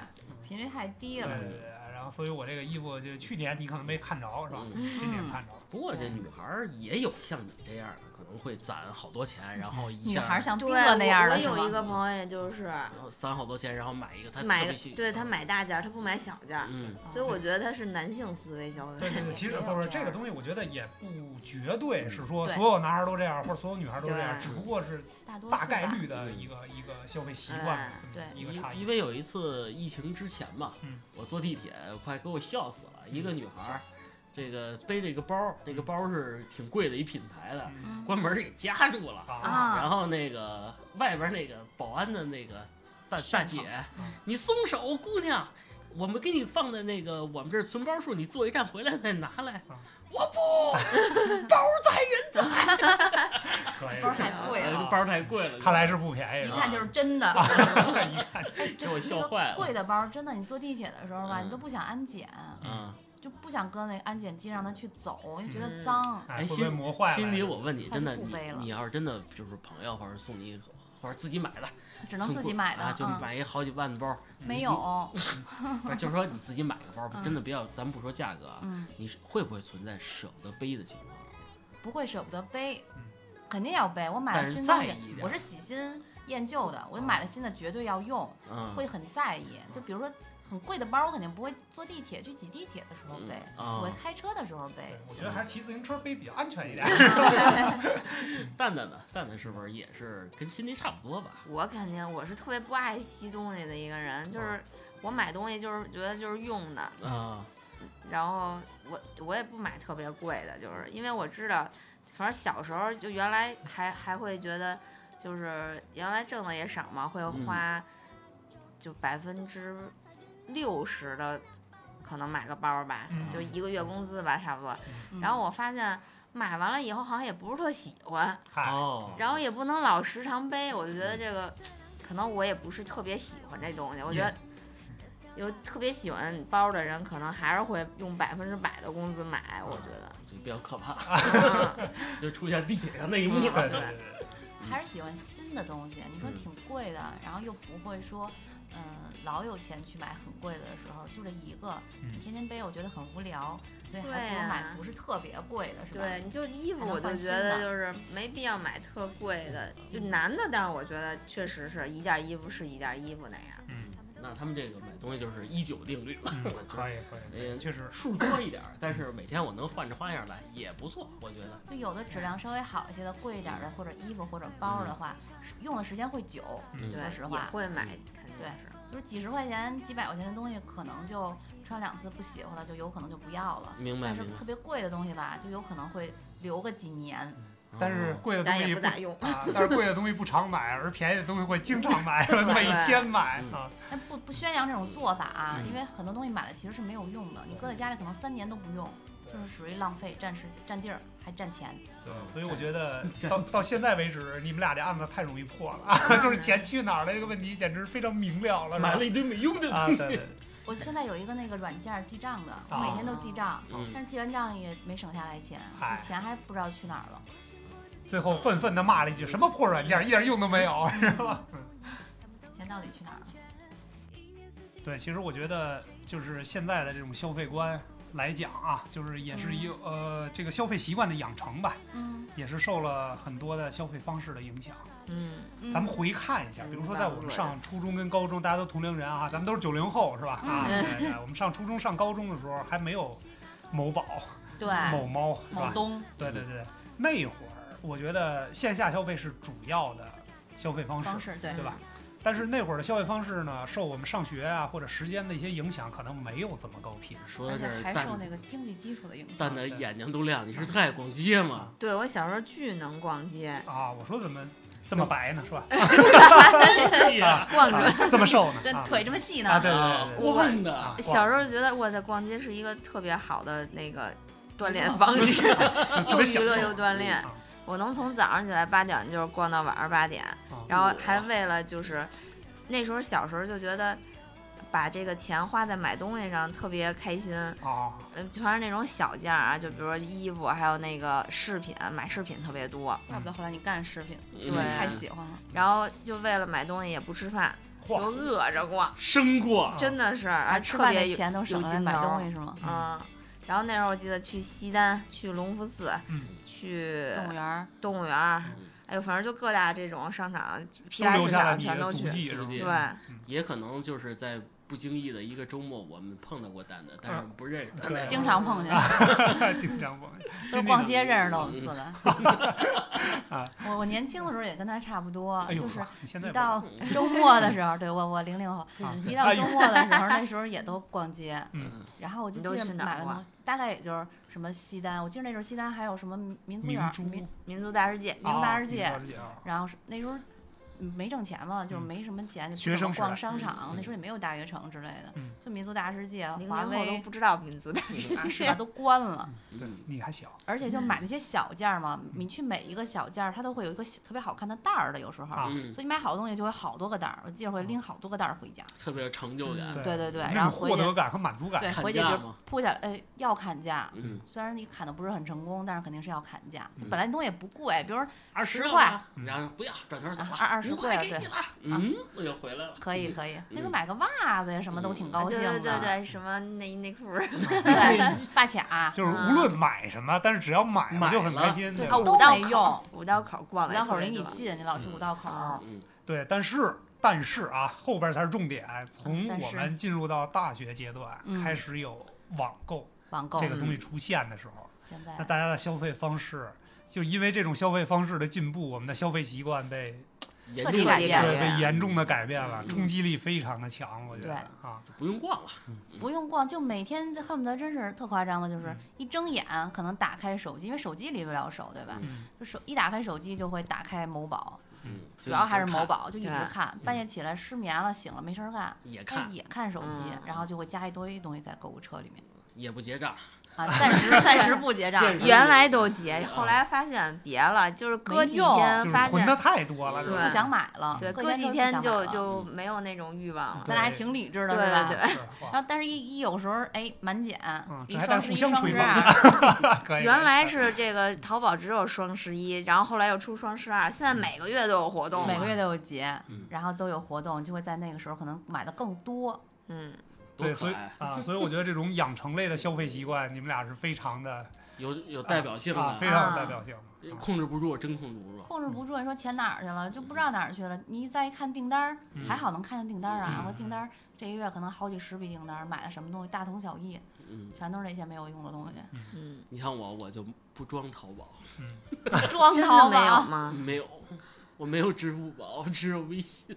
频率太低嗯对了。对对，然后所以我这个衣服就去年你可能没看着是吧？嗯今年看着了。不过这女孩儿也有像你这样的，可能会攒好多钱，然后一女孩下儿像对，冰哥那样我的我是有一吗？个朋友，也就是攒好多钱，然后买一个她特买别喜，对他买大件儿，他不买小件儿，嗯，所以我觉得他是男性思维消对费。对对，其实也有不是这这个样东西，我觉得也不绝嗯对是说对所有男孩都这样，或者所有女孩都这样，对只不过是大多数大概吧率的一个一个消费习惯哎这么一个差嗯因因异。为有一次疫情之前嘛，嗯我坐地铁快给我笑死了，一个女孩儿，这个背着一个包儿，那个包儿是挺贵的一品牌的，嗯嗯关门儿给夹住了，啊，啊然后那个外边那个保安的那个大大姐嗯，你松手，姑娘，我们给你放在那个我们这儿存包处，你坐一站回来再拿来啊。我不，可以包，太贵 这了包太贵了，看来是不便宜， 是一看吧？就是真 的。一看给我笑坏了贵的包真的，你坐地铁的时候吧，嗯你都不想安检，嗯，就不想跟那个安检机让他去走，因为觉得嗯脏。哎哎会不会磨坏了？心里我问你，他真就的，不你背了你要是真的就是朋友或者送你一个，或者自己买的，只能送自过己买的啊，就嗯买一好几万的包， 没有，不是就是说你自己买个包，嗯真的不要，咱不说价格啊，嗯，你是会不会存在舍不得背的情况？不会舍不得背嗯，肯定要背。我买但了是新在东意一西，点我是喜新厌旧的，我买了新的绝对要用，嗯，会很在意。就比如说很贵的包，我肯定不会坐地铁去挤地铁的时候背，啊我会开车的时候对 背。 我觉得还是骑自行车背比较安全一嗯点。蛋蛋呢？蛋蛋是不是也是跟心里差不多吧？我肯定我是特别不爱惜东西的一个人，嗯就是我买东西就是觉得就是用的，嗯啊，然后我我也不买特别贵的，就是因为我知道，反正小时候就原来还还会觉得，就是原来挣的也少嘛，会嗯花就百分之六十的，可能买个包吧，嗯就一个月工资吧，差不多。嗯然后我发现买完了以后好像也不是特喜欢，嗨，哦，然后也不能老时常背，我就觉得这个可能我也不是特别喜欢这东西，我觉得。有特别喜欢包的人，可能还是会用百分之百的工资买，我觉得。这比较可怕， 嗯就出现地铁上那一幕啊嗯对了。对对对，还是喜欢新的东西。你说嗯挺贵的，然后又不会说，嗯、老有钱去买很贵的时候，就这一个，嗯你天天背，我觉得很无聊，所以还对不如呀买不是特别贵的，是吧？对，你就衣服，还能我就换觉新得的就是没必要买特贵的。就男的，但是我觉得确实是一件衣服是一件衣服那样。嗯，那他们这个买东西就是一九定律了，嗯 我觉可得以可以，嗯确实，数多一点儿，但是每天我能换着花样来也不错，我觉得。就有的质量稍微好一些的、贵一点的，或者衣服或者包嗯的话，是用的时间会久。嗯对说实，也话会买，肯定对是。就是几十块钱、几百块钱的东西，可能就穿两次不喜欢了，就有可能就不要了。明白但是明白特别贵的东西吧，就有可能会留个几年，但是贵的东但也西不咋用。啊，但是贵的东西不常买，而便宜的东西会经常 买，每天买嗯啊。但不不宣扬这种做法啊，嗯因为很多东西买了其实是没有用的，你搁在家里可能三年都不用，对就是属于浪费，占时占地儿，还占钱。嗯所以我觉 得这到到现在为止，你们俩这案子太容易破了啊！嗯 就是钱去哪儿了这个问题，简直非常明了了。是吧买了一堆没用的啊，东对西，对，对我现在有一个那个软件儿记账的，我每天都记账，嗯但是记完账也没省下来钱，啊嗨这钱还不知道去哪儿了。最后愤愤地骂了一句：“什么破软件，一点用都没 有。”钱到底去哪儿了？对，其实我觉得就是现在的这种消费观来讲啊，就是也嗯是一个、呃这个消费习惯的养成吧，嗯，也是受了很多的消费方式的影响。嗯，嗯咱们回看一下，比如说在我们嗯上初中跟高中，大家都同龄人啊，咱们都是九零后是吧？啊，嗯对对，我们上初中上高中的时候还没有某宝、对某猫是哎某吧？东，对对对，那会儿我觉得线下消费是主要的消费方式，方式对对吧？但是那会儿的消费方式呢，受我们上学啊或者时间的一些影响，可能没有这么高频。说而到这且儿，还蛋受那个经济基础的影响蛋。的眼睛都亮，你是特爱逛街吗？对我小时候巨能逛街，啊，我说怎么这么白呢，是吧？是啊，逛着。啊，这么瘦 呢？这啊腿这么细呢？啊，对啊对对对我惯的啊，小时候觉得哇塞，逛街是一个特别好的那个锻炼 方式， 就啊特又别娱享乐受又锻炼啊。我能从早上起来八点就是逛到晚上八点，哦啊然后还为了就是那时候小时候就觉得把这个钱花在买东西上特别开心，啊，嗯，全是那种小件儿啊，就比如说衣服，还有那个饰品，买饰品特别多。怪不得后来你干饰品，嗯对对太喜欢了。然后就为了买东西也不吃饭，就嚯，饿着逛，生过，啊真的是，而哦吃特饭别的有钱都省有来劲买头东西是吗？嗯。然后那时候我记得去西单、去隆福寺、嗯，去动物园儿，动物园儿嗯，哎呦，反正就各大这种商场、批都发留市下了场你全的都足去。迹，是吧对对，也可能就是在不经意的一个周末，我们碰到过蛋蛋，但是我们不认识他对那会儿经常碰见， 经常逛，都就是逛街认识的我们 四个嗯 啊。我我年轻的时候也跟他差不多哎，呦，就是你现在一不嗯到周末的时候，对我我零零后，啊一到周末的时 候，那时候也都逛街。嗯然后我就你记都得去哪儿买完东逛西，大概也就是什么西单，我记得那时候西单还有什么民族园明儿、珠民民族大世界，明大世界啊明珠大世界啊然后是那时候没挣钱嘛，就是没什么钱，就嗯学不怎生么时代逛商场嗯，那时候也没有大学城之类的嗯，就民族大世界、零哦华零后都为不知道民族大世嗯是界吧。都关了，嗯你还小而且就买那些小件儿嘛，你去每一个小件儿，它都会有一个小特别好看的袋儿的，有时候。啊嗯，所以你买好东西就会好多个袋儿，我记得会拎好多个袋儿回家。特别有成就感，嗯对对对对，那然后种回获去得感和满足感对砍回去价就吗铺下，哎，要砍价，嗯，虽然你砍的不是很成功，但是肯定是要砍价。嗯本来东西也不贵，比如说二十十块，然后不要，转头走啊了，二二十五贵块了，给对啊你，了，嗯，我又回来了，可以嗯，可以。那时候买个袜子呀什么都挺嗯高兴对的，啊对对对，什么内内 裤儿，对发卡，啊就是无论买什么，但是只要嗯买了就很开心，对对吧啊，？都五道没口用，五道口逛五了，道口离你，近，你老去五道口，嗯嗯，对，但是但是啊，后边才是重点。从嗯但是我们进入到大学阶段，嗯开始有网购嗯网购这个东西出现的时候，现那在大家的消费方式就因为这种消费方式的进步，我们的消费习惯被严彻重底的改变改对变被严重的改变了，嗯冲击力非常的强，我觉得对啊，不用逛了，不用逛，就每天恨不得真是特夸张的，就是嗯一睁眼可能打开手机，因为手机离不了手，对吧？嗯就手一打开手机就会打开某宝，嗯，主要还是某宝宝，就一直对看，半夜起来失眠了，醒了没事儿干，也但看，也看手机，嗯然后就会加一堆东西在购物车里面也不结账，啊，暂时暂时不结账，这是原来都结，后来发现别了，就是隔啊没几用天就是发囤的现，太多了，是吧不想买了，对，过隔一几段天时间不想买嗯就了就没有那种欲望了。咱俩还挺理智的，对是吧？对对是然 哇，后但是一一有时候哎满减嗯，一这还双带十互一相双推十捧二， 可以原来是这个淘宝只有双十一，然后后来又出双十二，现在每个月都有活动嗯了。每个月都有节嗯，然后都有活动，就会在那个时候可能买的更多。嗯，多对，所可以爱，啊，所以我觉得这种养成类的消费习惯，你们俩是非常的有有代表性啊，非的，呃常有代表性的。啊控制不住，真控制不住，嗯控制不住，你说钱哪儿去了，就不知道哪儿去了。你一再一看订单儿，嗯还好能看见订单儿啊嗯，我订单儿这一月可能好几十笔订单儿，买了什么东西大同小异，嗯，全都是那些没有用 的东西。嗯，你像我，我就不装淘宝，装真淘的没有宝，嗯 吗？没有，我没有支付宝，只有微信。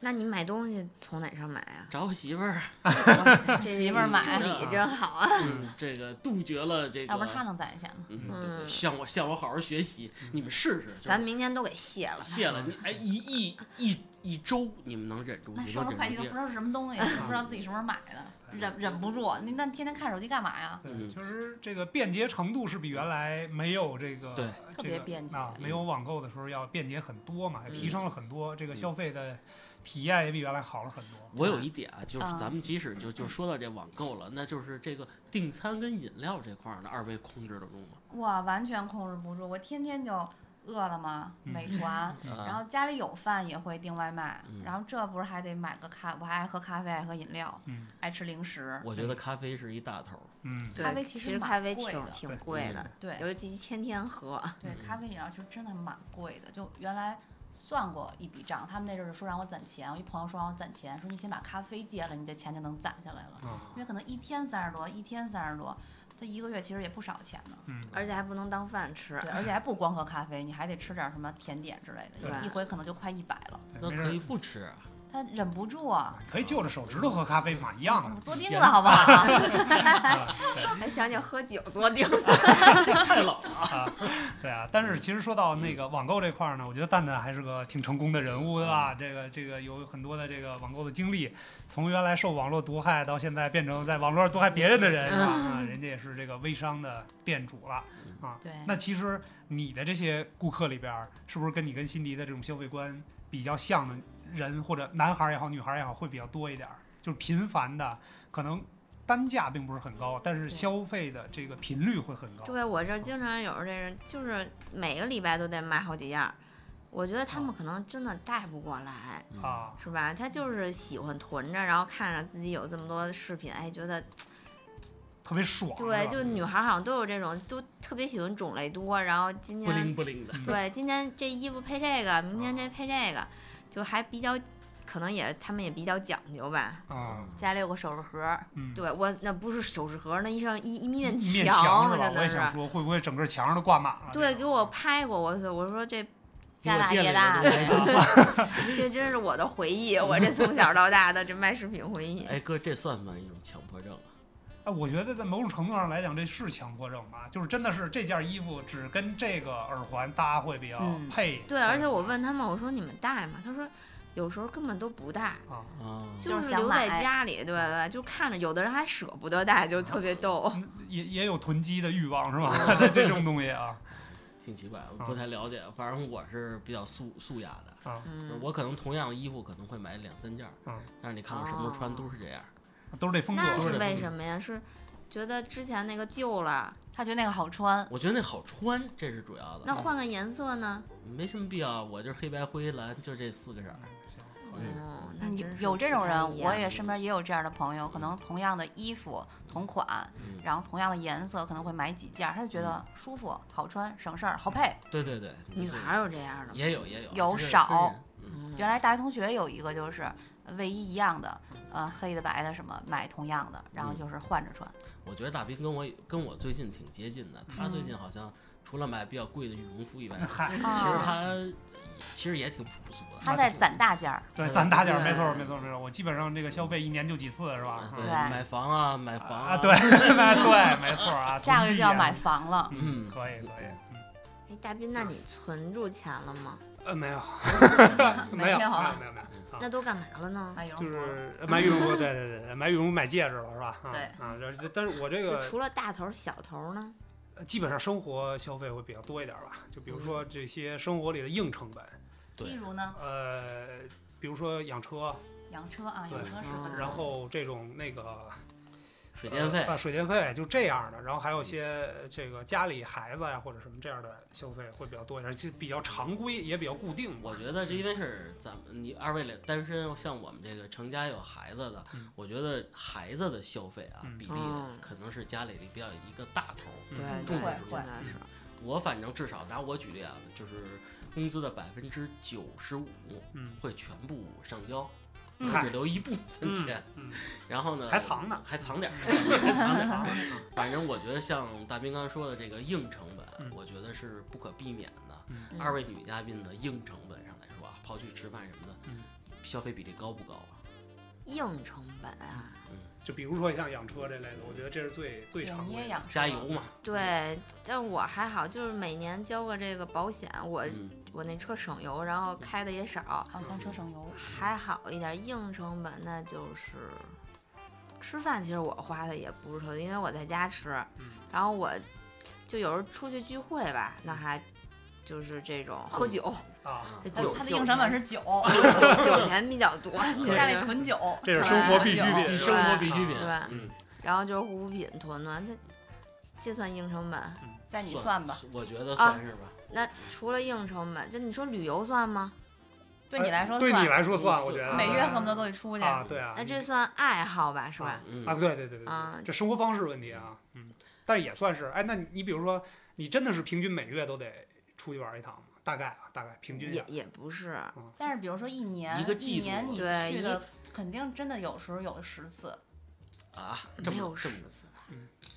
那你买东西从哪上买啊？找我媳妇儿，哇这媳妇儿买助理真好啊！嗯，这个杜绝了这要不然他个，能攒钱呢？嗯，对对嗯向我向我好好学习，嗯你们试试，咱们明天都给卸了。谢了你，哎，一一一一周你们能忍住，那你收能了快忍递住这都不知样，道是什么 东西，不知道自己什么时候买的，忍忍不住。你那天天看手机干嘛呀？对，嗯其实这个便捷程度是比原来没有这个对这特别个便捷啊，没有网购的时候要便捷很多嘛，嗯提升了很多，这个消费的体验也比原来好了很多。我有一点啊，就是啊咱们即使就就说到这网购了，那就是这个订餐跟饮料这块儿呢，二位控制得住吗？哇，完全控制不住，我天天就饿了么、嗯美 团，然啊，后家里有饭也会订外卖，嗯然后这不是还得买个咖？我还爱喝咖啡，爱喝饮料，嗯爱吃零食。啊我觉得咖啡是一大头儿，嗯，对咖啡其其实蛮咖啡贵挺的挺贵的，嗯对尤其天天喝。对，嗯咖啡饮料其实真的蛮贵的。就原来算过一笔账，他们那阵儿就说让我攒钱，我一朋友说让我攒钱，说你先把咖啡戒了，你这钱就能攒下来了。啊，因为可能一天三十多，一天三十多，他一个月其实也不少钱呢。嗯，而且还不能当饭吃对，。而且还不光喝咖啡，你还得吃点什么甜点之类的，对一回可能就快一百了。那对没事可以儿，不吃啊，他忍不住啊，可以就着手指头喝咖啡嘛，一样嗯我的。坐定闲了，好不啊 好？还想想喝酒做 定， 太老了，对啊，但是其实说到那个网购这块儿呢，我觉得蛋蛋还是个挺成功的人物的吧。这个这个有很多的这个网购的经历，从原来受网络毒害到现在变成在网络上毒害别人的嗯人，是吧？啊，人家也是这个微商的店主了。对，哎那其实你的这些顾客里边儿，是不是跟你跟辛迪的这种消费观比较像的人，或者男孩儿也好，女孩儿也好，会比较多一点儿？就是频繁的，可能单价并不是很高，但是对消费的这个频率会很高。对我这儿经常有这人，就是每个礼拜都得买好几样儿。我觉得他们可能真的带不过来，嗯，啊，是吧？他就是喜欢囤着，然后看着自己有这么多饰品，哎，觉得特别爽。对，是吧就女孩儿好像都有这种，都特别喜欢种类多。然后今不灵天不灵的，嗯对今天这衣服配这个，明天这配这个，就还比较，可能也他们也比较讲究吧。啊，家里有个首饰盒，嗯，对我那不是首饰盒，那一上一一一面面墙真吧？我的也是。想说，会不会整个墙上都挂满了？对，这给种我拍过，我操我说这给我家大店业里大人都来了这真是我的回忆，我这从小到大的这卖饰品回忆。 哎哥，这算不算一种强迫症啊？哎，我觉得在某种程度上来讲，这是强迫症吧，就是真的是这件衣服只跟这个耳环搭会比较嗯配。对，而且我问他们，我说你们戴吗？他说有时候根本都不戴，啊，啊，就是是想留在买家里，对对，就看着有的人还舍不得戴，就特别逗。嗯也也有囤积的欲望是 吧？这种东西啊挺奇怪，我啊不太了解，反正我是比较素素雅的。啊，就是嗯，我可能同样的衣服可能会买两三件儿嗯，但是你看我什么时候穿都是这样。都是这风格，那都是这风为格什么呀？是觉得之前那个旧了，他觉得那个好穿，我觉得那好穿，这是主要的。嗯那换个颜色呢？没什么必要，我就是黑白灰蓝，就这四个色儿。哎行嗯哦，那嗯有真是有这种不太人，一我样也身边也有这样的朋友，可能同样的衣服、同款，嗯，然后同样的颜色，可能会买几件儿，他就觉嗯得舒服、好穿、省事儿、好配。对对对，女孩儿有这样的吗？也有也有有这是少分人嗯嗯原来大学同学有一个就是卫衣一样的，呃，黑的、白的什么买同样的，然后嗯就是换着穿。我觉得大兵跟我跟我最近挺接近的，他最嗯近好像除了买比较贵的羽绒服以外，嗯嗨，其实啊他其实也挺朴素的。他在攒大件儿，对，攒大点儿，没错对没错没错。我基本上这个消费一年就几次是吧？嗯对，对买房啊，买房啊，对，对，没错 啊。下个囤月就积要啊买，房了。嗯，可以可以。嗯哎，大斌，那你存住钱了吗？呃，没有， 没嗯有，没有啊哎没有，没有。啊那都干嘛了哎呢？买羽绒就服了，是买羽绒服，对对对，买羽绒服买戒指了是吧？啊对啊，然后就但是我这就个除了大头儿小头儿呢？呃基本上生活消费会比较多一点吧，就比如说这些生活里的硬成本，对例如呢，呃，比如说养车，养车啊，对养车是个嗯然后这种那个水电费呃啊，水电费就这样的，然后还有一些呃这个家里孩子呀或者什么这样的消费会比较多一点，其实比较常规也比较固定吧。我觉得这因为是咱们你二位俩单身，像我们这个成家有孩子的，嗯我觉得孩子的消费啊、嗯比例嗯可能是家里比较一个大头。嗯对，重对点是真管的是。我反正至少拿我举例啊，就是工资的百分之九十五嗯，会全部上交，嗯只留一部分钱，嗯，然后呢还藏呢，呃嗯还藏点儿。 还藏还藏 呢。反正我觉得像大兵刚说的这个硬成本，嗯我觉得是不可避免的。嗯二位女嘉宾的硬成本上来说啊，刨去吃饭什么的，嗯消费比例高不高啊？硬成本啊，就比如说像养车这类的，我觉得这是最最对，常你规也的。养车加油嘛，对，但我还好，就是每年交个这个保险，我嗯，我那车省油，然后开的也少，啊，看车省油，嗯还好一点。硬成本那就是吃饭，其实我花的也不是特多，因为我在家吃，嗯，然后我就有时候出去聚会吧，那还就是这种喝酒，啊，这呃酒它的酒硬成本钱是酒，酒 酒酒钱 比较多，就家里是纯酒，这是对生活必需对品，生活必需品，对嗯，然后就是护肤品囤囤，这这算硬成本？在你算吧，，我觉得算是吧，那除了硬成本，这你说旅游算吗？对你来说哎对算你，来说算，我觉得每月恨不得都得出去。啊，对啊，那这算爱好吧，是吧？嗯啊，对对对对，啊这生活方式问题啊，嗯，但是也算是，哎，那你你比如说，你真的是平均每月都得出去玩一趟吗？大概啊，大概平均也下也不是，但是比如说一年一个季度年你对去一的肯定真的有时候有十次，啊，这没么有这十么次吧，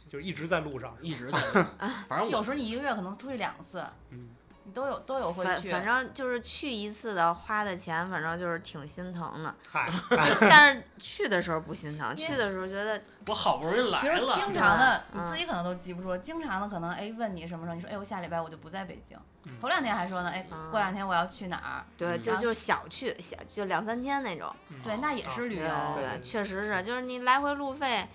就是一直在路上，一直在那儿，反正我有时候你一个月可能出去两次，嗯，你都有都有会反去。反正就是去一次的花的钱，反正就是挺心疼的。嗨， 但是去的时候不心疼，因为去的时候觉得我好不容易比来如了，经常的，嗯你自己可能都记不住，经常的可能哎问你什么时候，你说哎我下礼拜我就不在北京嗯，头两天还说呢哎嗯过两天我要去哪儿，对，嗯就就是小去小就两三天那种。嗯对，那也啊是旅对游，对对确实是，就是你来回路费，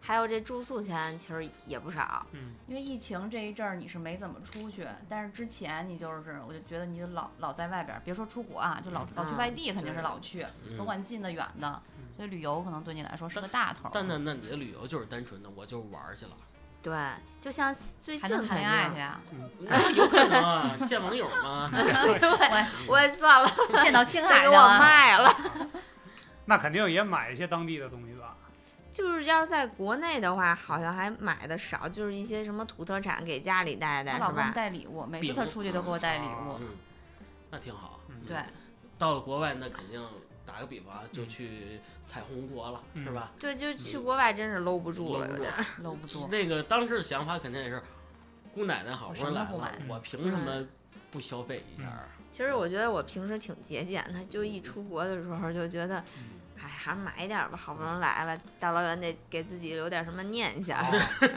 还有这住宿钱，其实也不少。嗯，因为疫情这一阵儿你是没怎么出去，但是之前你就是我就觉得你就老老在外边儿，别说出国啊，就老老去嗯外地肯定是对老去，嗯甭管近的远的嗯，所以旅游可能对你来说是个大头儿。但那那你的旅游就是单纯的，我就玩儿去了，对，就像最还近能肯谈恋爱去定，呀？那哎有可能啊，见网友 嘛， 我也算了，见到青海给去我了，卖了。那肯定也买一些当地的东西吧，就是要是在国内的话，好像还买的少，就是一些什么土特产给家里带带她是老公吧？带礼物，每次饼她出去都给我带礼啊物。嗯，那挺好。嗯对，到了国外，那肯定打个比方啊，就去彩虹国了，嗯是吧？对，就是去国外真是搂不住了，搂不有住点儿。搂不 住，那个当时的想法肯定也是，姑奶奶好我不什容么易来都不嗯了，买我凭什么不消费一下啊？其实我觉得我平时挺节俭的，就一出国的时候就觉得，嗯哎，还是买一点吧，好不容易来了，大老远得给自己留点什么念想。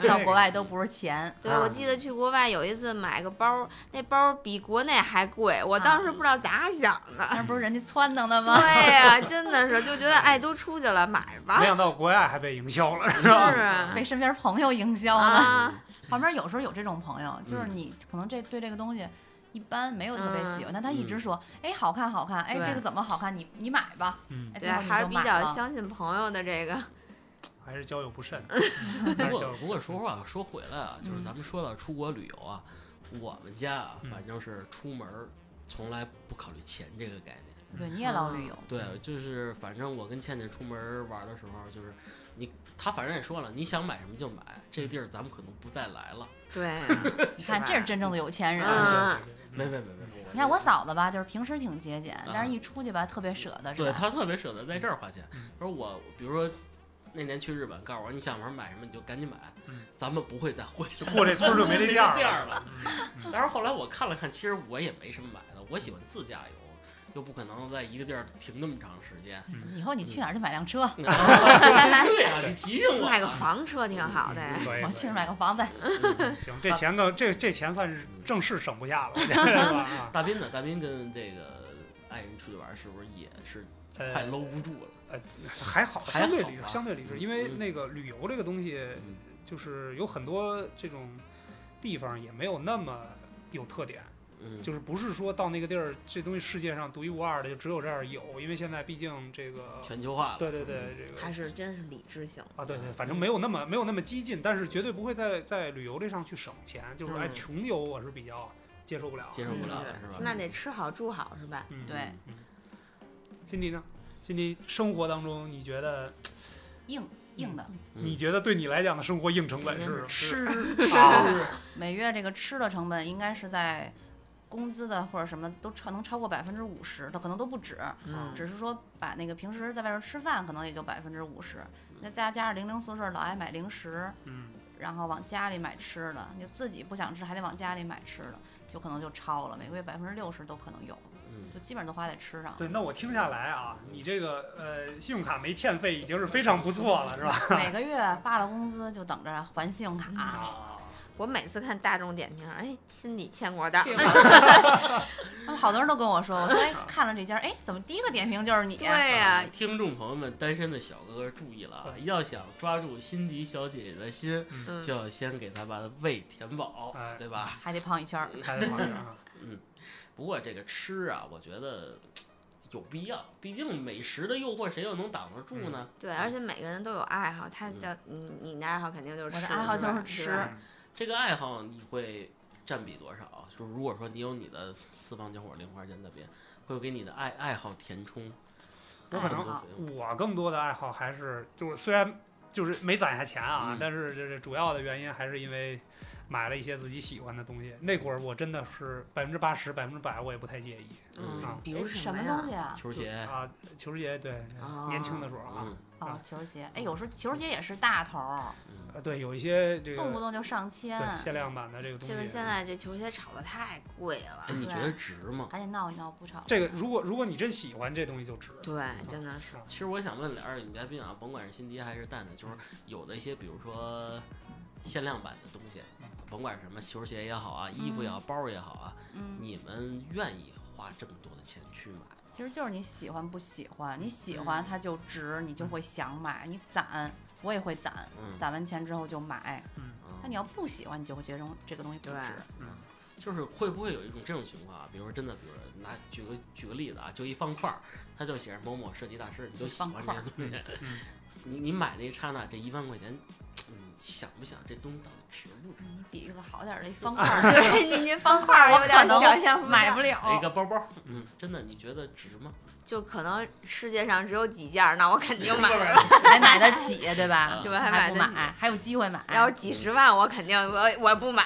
到国外都不是 钱，对，哦啊我记得去国外有一次买个包，那包比国内还贵，我当时不知道咋想的。那不是人家撺掇的吗？对呀、真的是就觉得哎，都出去了，买吧没。想到国外还被营销了，是 啊被身边朋友营销嗯了。啊，旁边有时候有这种朋友，就是嗯你可能这对这个东西一般没有特别喜欢，但他一直嗯说，哎，好看好看，哎，对这个怎么好看？你你买吧，嗯，哎，对，最后你还是就比买较了。相信朋友的 这个。还是交友不慎，还 不是交过友不过说话说回来啊，嗯就是咱们说到出国旅游啊，我们家啊，嗯反正是出门儿从来不考虑钱这个概念。对，你也老嗯旅游，对，就是反正我跟倩倩出门儿玩儿的时候，就是你她反正也说了，你想买什么就买，这地儿咱们可能不再来了。对啊、你看这是真正的有钱人。啊对对嗯对没没没没，你看我嫂子吧，就是平时挺节俭，但是一出去吧特别舍得，啊对是吧？她特别舍得在这儿花钱嗯。说我比如说那年去日本，告诉我你想玩儿买什么你就赶紧买嗯，咱们不会再回来。过这村儿就没这店儿没这店儿了了。但是后来我看了看，其实我也没什么买的，我喜欢自驾游，又不可能在一个地儿停那么长时 间。 以后你嗯去哪儿就买辆车，对啊，你提醒我啊。买个房车挺好 的。嗯可以我可以去买个房子。嗯行，这钱更这这钱算是正式省不下了， 是吧？啊大斌呢？大斌跟这个爱人出去玩，是不是也是快呃，搂不住了？还好，还相对好理智，吧相对理智，因为嗯那个旅游这个东西，嗯就是有很多这种地方也没有那么有特点，嗯，就是不是说到那个地儿这东西世界上独一无二的，就只有这儿有，因为现在毕竟这个，全球化了。嗯对对对，这个还嗯是真是理智型，啊，对对，反正没有那么没有那么激进，但是绝对不会在在旅游这上去省钱，就是哎，嗯穷游我是比较接受不了，接受不了了是吧起码得吃好住好是吧？嗯，对，辛迪呢？辛迪生活当中，你觉得硬硬的，嗯你觉得对你来讲的生活硬成本是 肯定吃嗯每月这个吃的成本应该是在工资的或者什么都超能超过百分之五十的，可能都不止，嗯，只是说把那个平时在外边吃饭可能也就百分之五十，那再加上零零碎碎老爱买零食，嗯，然后往家里买吃的，你就自己不想吃还得往家里买吃的，就可能就超了，每个月百分之六十都可能有，嗯就基本上都花在吃 上了。对，那我听下来啊，你这个呃信用卡没欠费已经是非常不错了，是吧？每个月发了工资就等着还信用卡。啊，我每次看大众点评，哎，心里欠过的，哎 他们 好多人都跟我说，我说哎，看了这家，哎，怎么第一个点评就是你？对啊呀、听众朋友们，单身的小哥哥注意了啊！要想抓住心迪小姐姐的心，嗯就，要先给她把她胃填饱 哎，哦对吧？还得胖一圈儿。太好了，不过这个吃啊，我觉得有必要，毕竟美食的诱惑谁又能挡得住呢？对，而且每个人都有爱好，他的你你的爱好肯定就是我吃，的爱好是啊吧就是吃对吧这个爱好你会占比多少？就是如果说你有你的私房酒火零花钱那边，会给你的爱爱好填充我很可多能爱好费用。我更多的爱好还是就虽然就是没攒下钱啊，嗯但是就是主要的原因还是因为买了一些自己喜欢的东西。那会儿我真的是百分之八十、百分之百我也不太介意。嗯啊，比如哎什么么呀东？西啊？球鞋，啊，球鞋对，哦年轻的时候啊，嗯哦，球鞋。哎，有时候球鞋也是大头儿，嗯，呃对，有一些这动不个动就上千，对限量版的这个东就是西现。在这球鞋炒的太贵了哎，，你对觉得值吗？赶紧闹一闹，不吵了。这个如果如果你真喜欢这东西就值。啊对，真 的是，其实我想问俩二女嘉宾啊，甭管是辛迪还是蛋蛋，就是有的一些，比如说限量版的东西，甭管什么球鞋也好啊，衣服也好，包儿也好啊，嗯，你们愿意花这么多的钱去买？其实就是你喜欢不喜欢，你喜欢它就值，你就会想买，你攒。我也会攒，嗯，攒完钱之后就买。嗯那你要不喜欢，你就会觉得这种这个东西不对值。就是会不会有一种这种情况啊？比如说真的，比如说拿举个举个例子啊，就一方块儿，他就写着某某设计大师，你就喜欢方这块个儿东西，嗯 你你买那一刹那，这一万块钱，你想不想这东西到底值不值？你比一个好点儿的一方块儿，对，你这方块 儿有点想象不买到不一哦了。个包包，嗯，真的你觉得值吗？就可能世界上只有几件儿，那我肯定买了。 还买得起，对吧？对还买还得不起买，还有机会买。要是几十万，我肯定我我不买。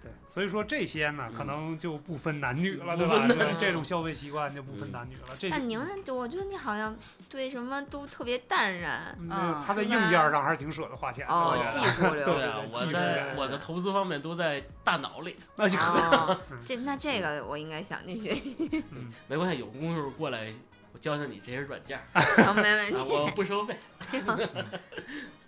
对，所以说这些呢，可能就不分男女了，嗯对吧？不分 嗯男对女这种消费习惯就不分男女了。这那您呢？我觉得你好像对什么都特别淡然。嗯嗯他在硬件上还是挺舍得花钱的，哦我觉，得技术流。 对啊对，我技术在感我的投资方面都在大脑里， 那就嗯哦，这那这个我应该向你学习，没关系，有功夫过来我教教你这些软件儿，行，没哎问啊题。我不 收费。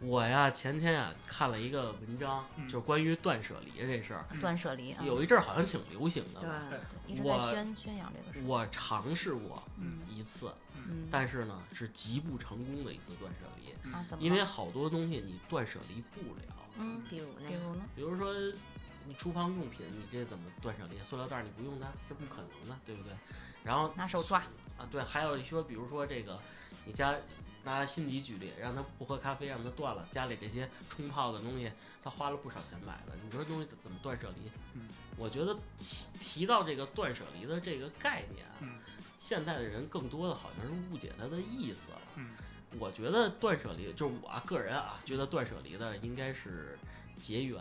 我呀，前天啊看了一个文章，嗯就是关于断舍离这事儿，断舍离啊，有一阵儿好像挺流行的 对吧。， 一直我在宣宣扬这个事。我尝试过嗯一次，嗯，但是呢是极不成功的一次断舍离，啊，怎么了？因为好多东西你断舍离不了，嗯，比如那比个，如呢？比如说你厨房用品，你这怎么断舍离？塑料袋儿你不用它，这不可能的，对不对？然后拿手抓，啊，对，还有说，比如说这个，你家拿辛迪举例，让他不喝咖啡，让他断了，家里这些冲泡的东西，他花了不少钱买的，你说这东西怎怎么断舍离？嗯，我觉得提提到这个断舍离的这个概念啊，嗯现在的人更多的好像是误解它的意思了。嗯，我觉得断舍离，就是我啊个人啊，觉得断舍离的应该是结缘。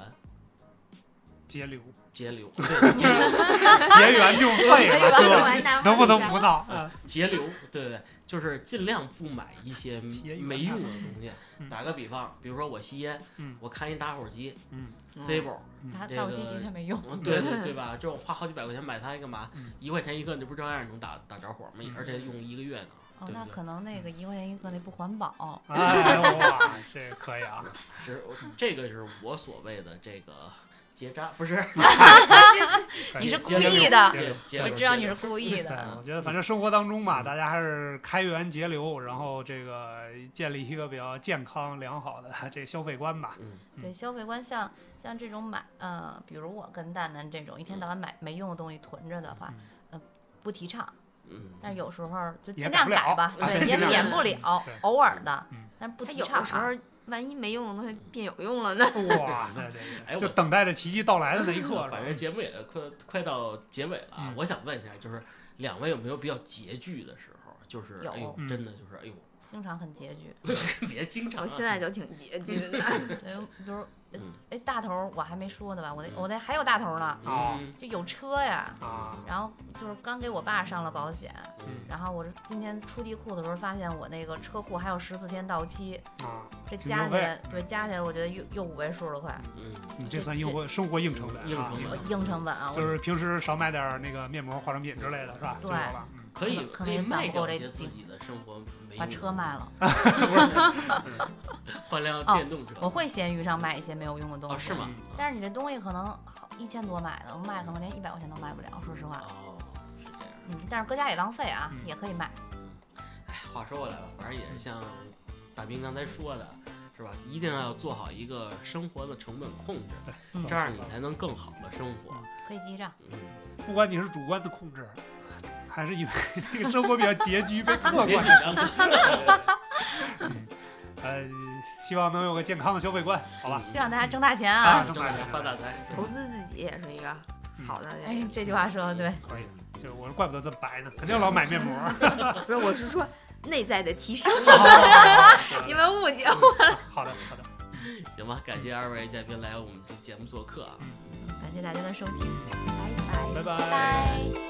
节流，节 流，对，结缘就 废了，完哥，完蛋能不能完蛋 不到？啊嗯节流，对对，对，就是尽量不买一 些节约没用的东西。嗯打个比方，比如说我吸烟，嗯我看一打火机嗯 Zippo， 拿这倒机个的确没用。嗯对对对吧？这种花好几百块钱买它干嘛嗯？一块钱一个，你不照样能打打着火吗嗯？而且用一个月呢，哦，对那不对？可能那个一块钱一个那不环保。哎哇，这可以啊， 是我这个是我所谓的这个结扎，不是可以你是节故流意的节节我流知道节你是流故意对啊的，我觉得反正生活当中嗯吧，大家还是开源节流，然后这个建立一个比较健康良好的这个消费观 吧。嗯对消费观像像这种买，呃，比如我跟蛋蛋这种一天到晚买没用的东西囤着的话嗯，呃，不提倡。嗯，但是有时候就也尽改量不了改吧，啊对对，也尽量免改不了对，偶尔的嗯，但是不他提有倡的时啊。候万一没用的东西变有用了呢？哇，对对哎对，我就等待着奇迹到来的那一刻，反正节目也快快到结尾了啊嗯，我想问一下，就是两位有没有比较拮据的时候？就是有哎呦嗯，真的就是哎呦， 经常很拮据。别经常我啊。现在就挺拮据的。 对，比如呃嗯哎大头儿我还没说呢吧，我那嗯我那还有大头儿呢，嗯就有车呀。啊，然后就是刚给我爸上了保险，嗯然后我这今天出地库的时候发现我那个车库还有十四天到期，啊，这停车加起费来对加起来我觉得又又五位数了快，嗯，你这算硬活生活硬成本啊，硬成本我硬成本啊，我就是平时少买点儿那个面膜、化妆品之类的，是吧？对就有了。嗯可以可能以也攒不卖够掉这一些自劲己的生活没把用 车的卖了。换辆哦电动车。我会闲鱼上买一些没有用的东哦，西，是吗？但是你这东西可能一千多买的，我卖可能连一百块钱都卖不了，说实话。哦，是这样。嗯，但是搁家也浪费啊，嗯也可以卖。哎，话说回来了，反正也是像大兵刚才说的，是吧？一定要做好一个生活的成本控制，嗯这样你才能更好的生活。可以记账，嗯，不管你是主观的控制，还是因 为这个生活比较拮据被客别观紧，张，嗯呃，希望能有个健康的消费观，好吧？嗯希望大家挣大钱啊！啊挣大钱发大财。投资自己也是一个好嗯的那哎个，，这句话说嗯的对，可以，就是我怪不得这么白呢，肯定老买面膜。 不是，我是说内在的提 升，哦你们误解我。嗯好的，好的，行吧，感谢二位嘉宾来我们这节目做客啊。感谢大家的收听， 拜拜。拜拜拜。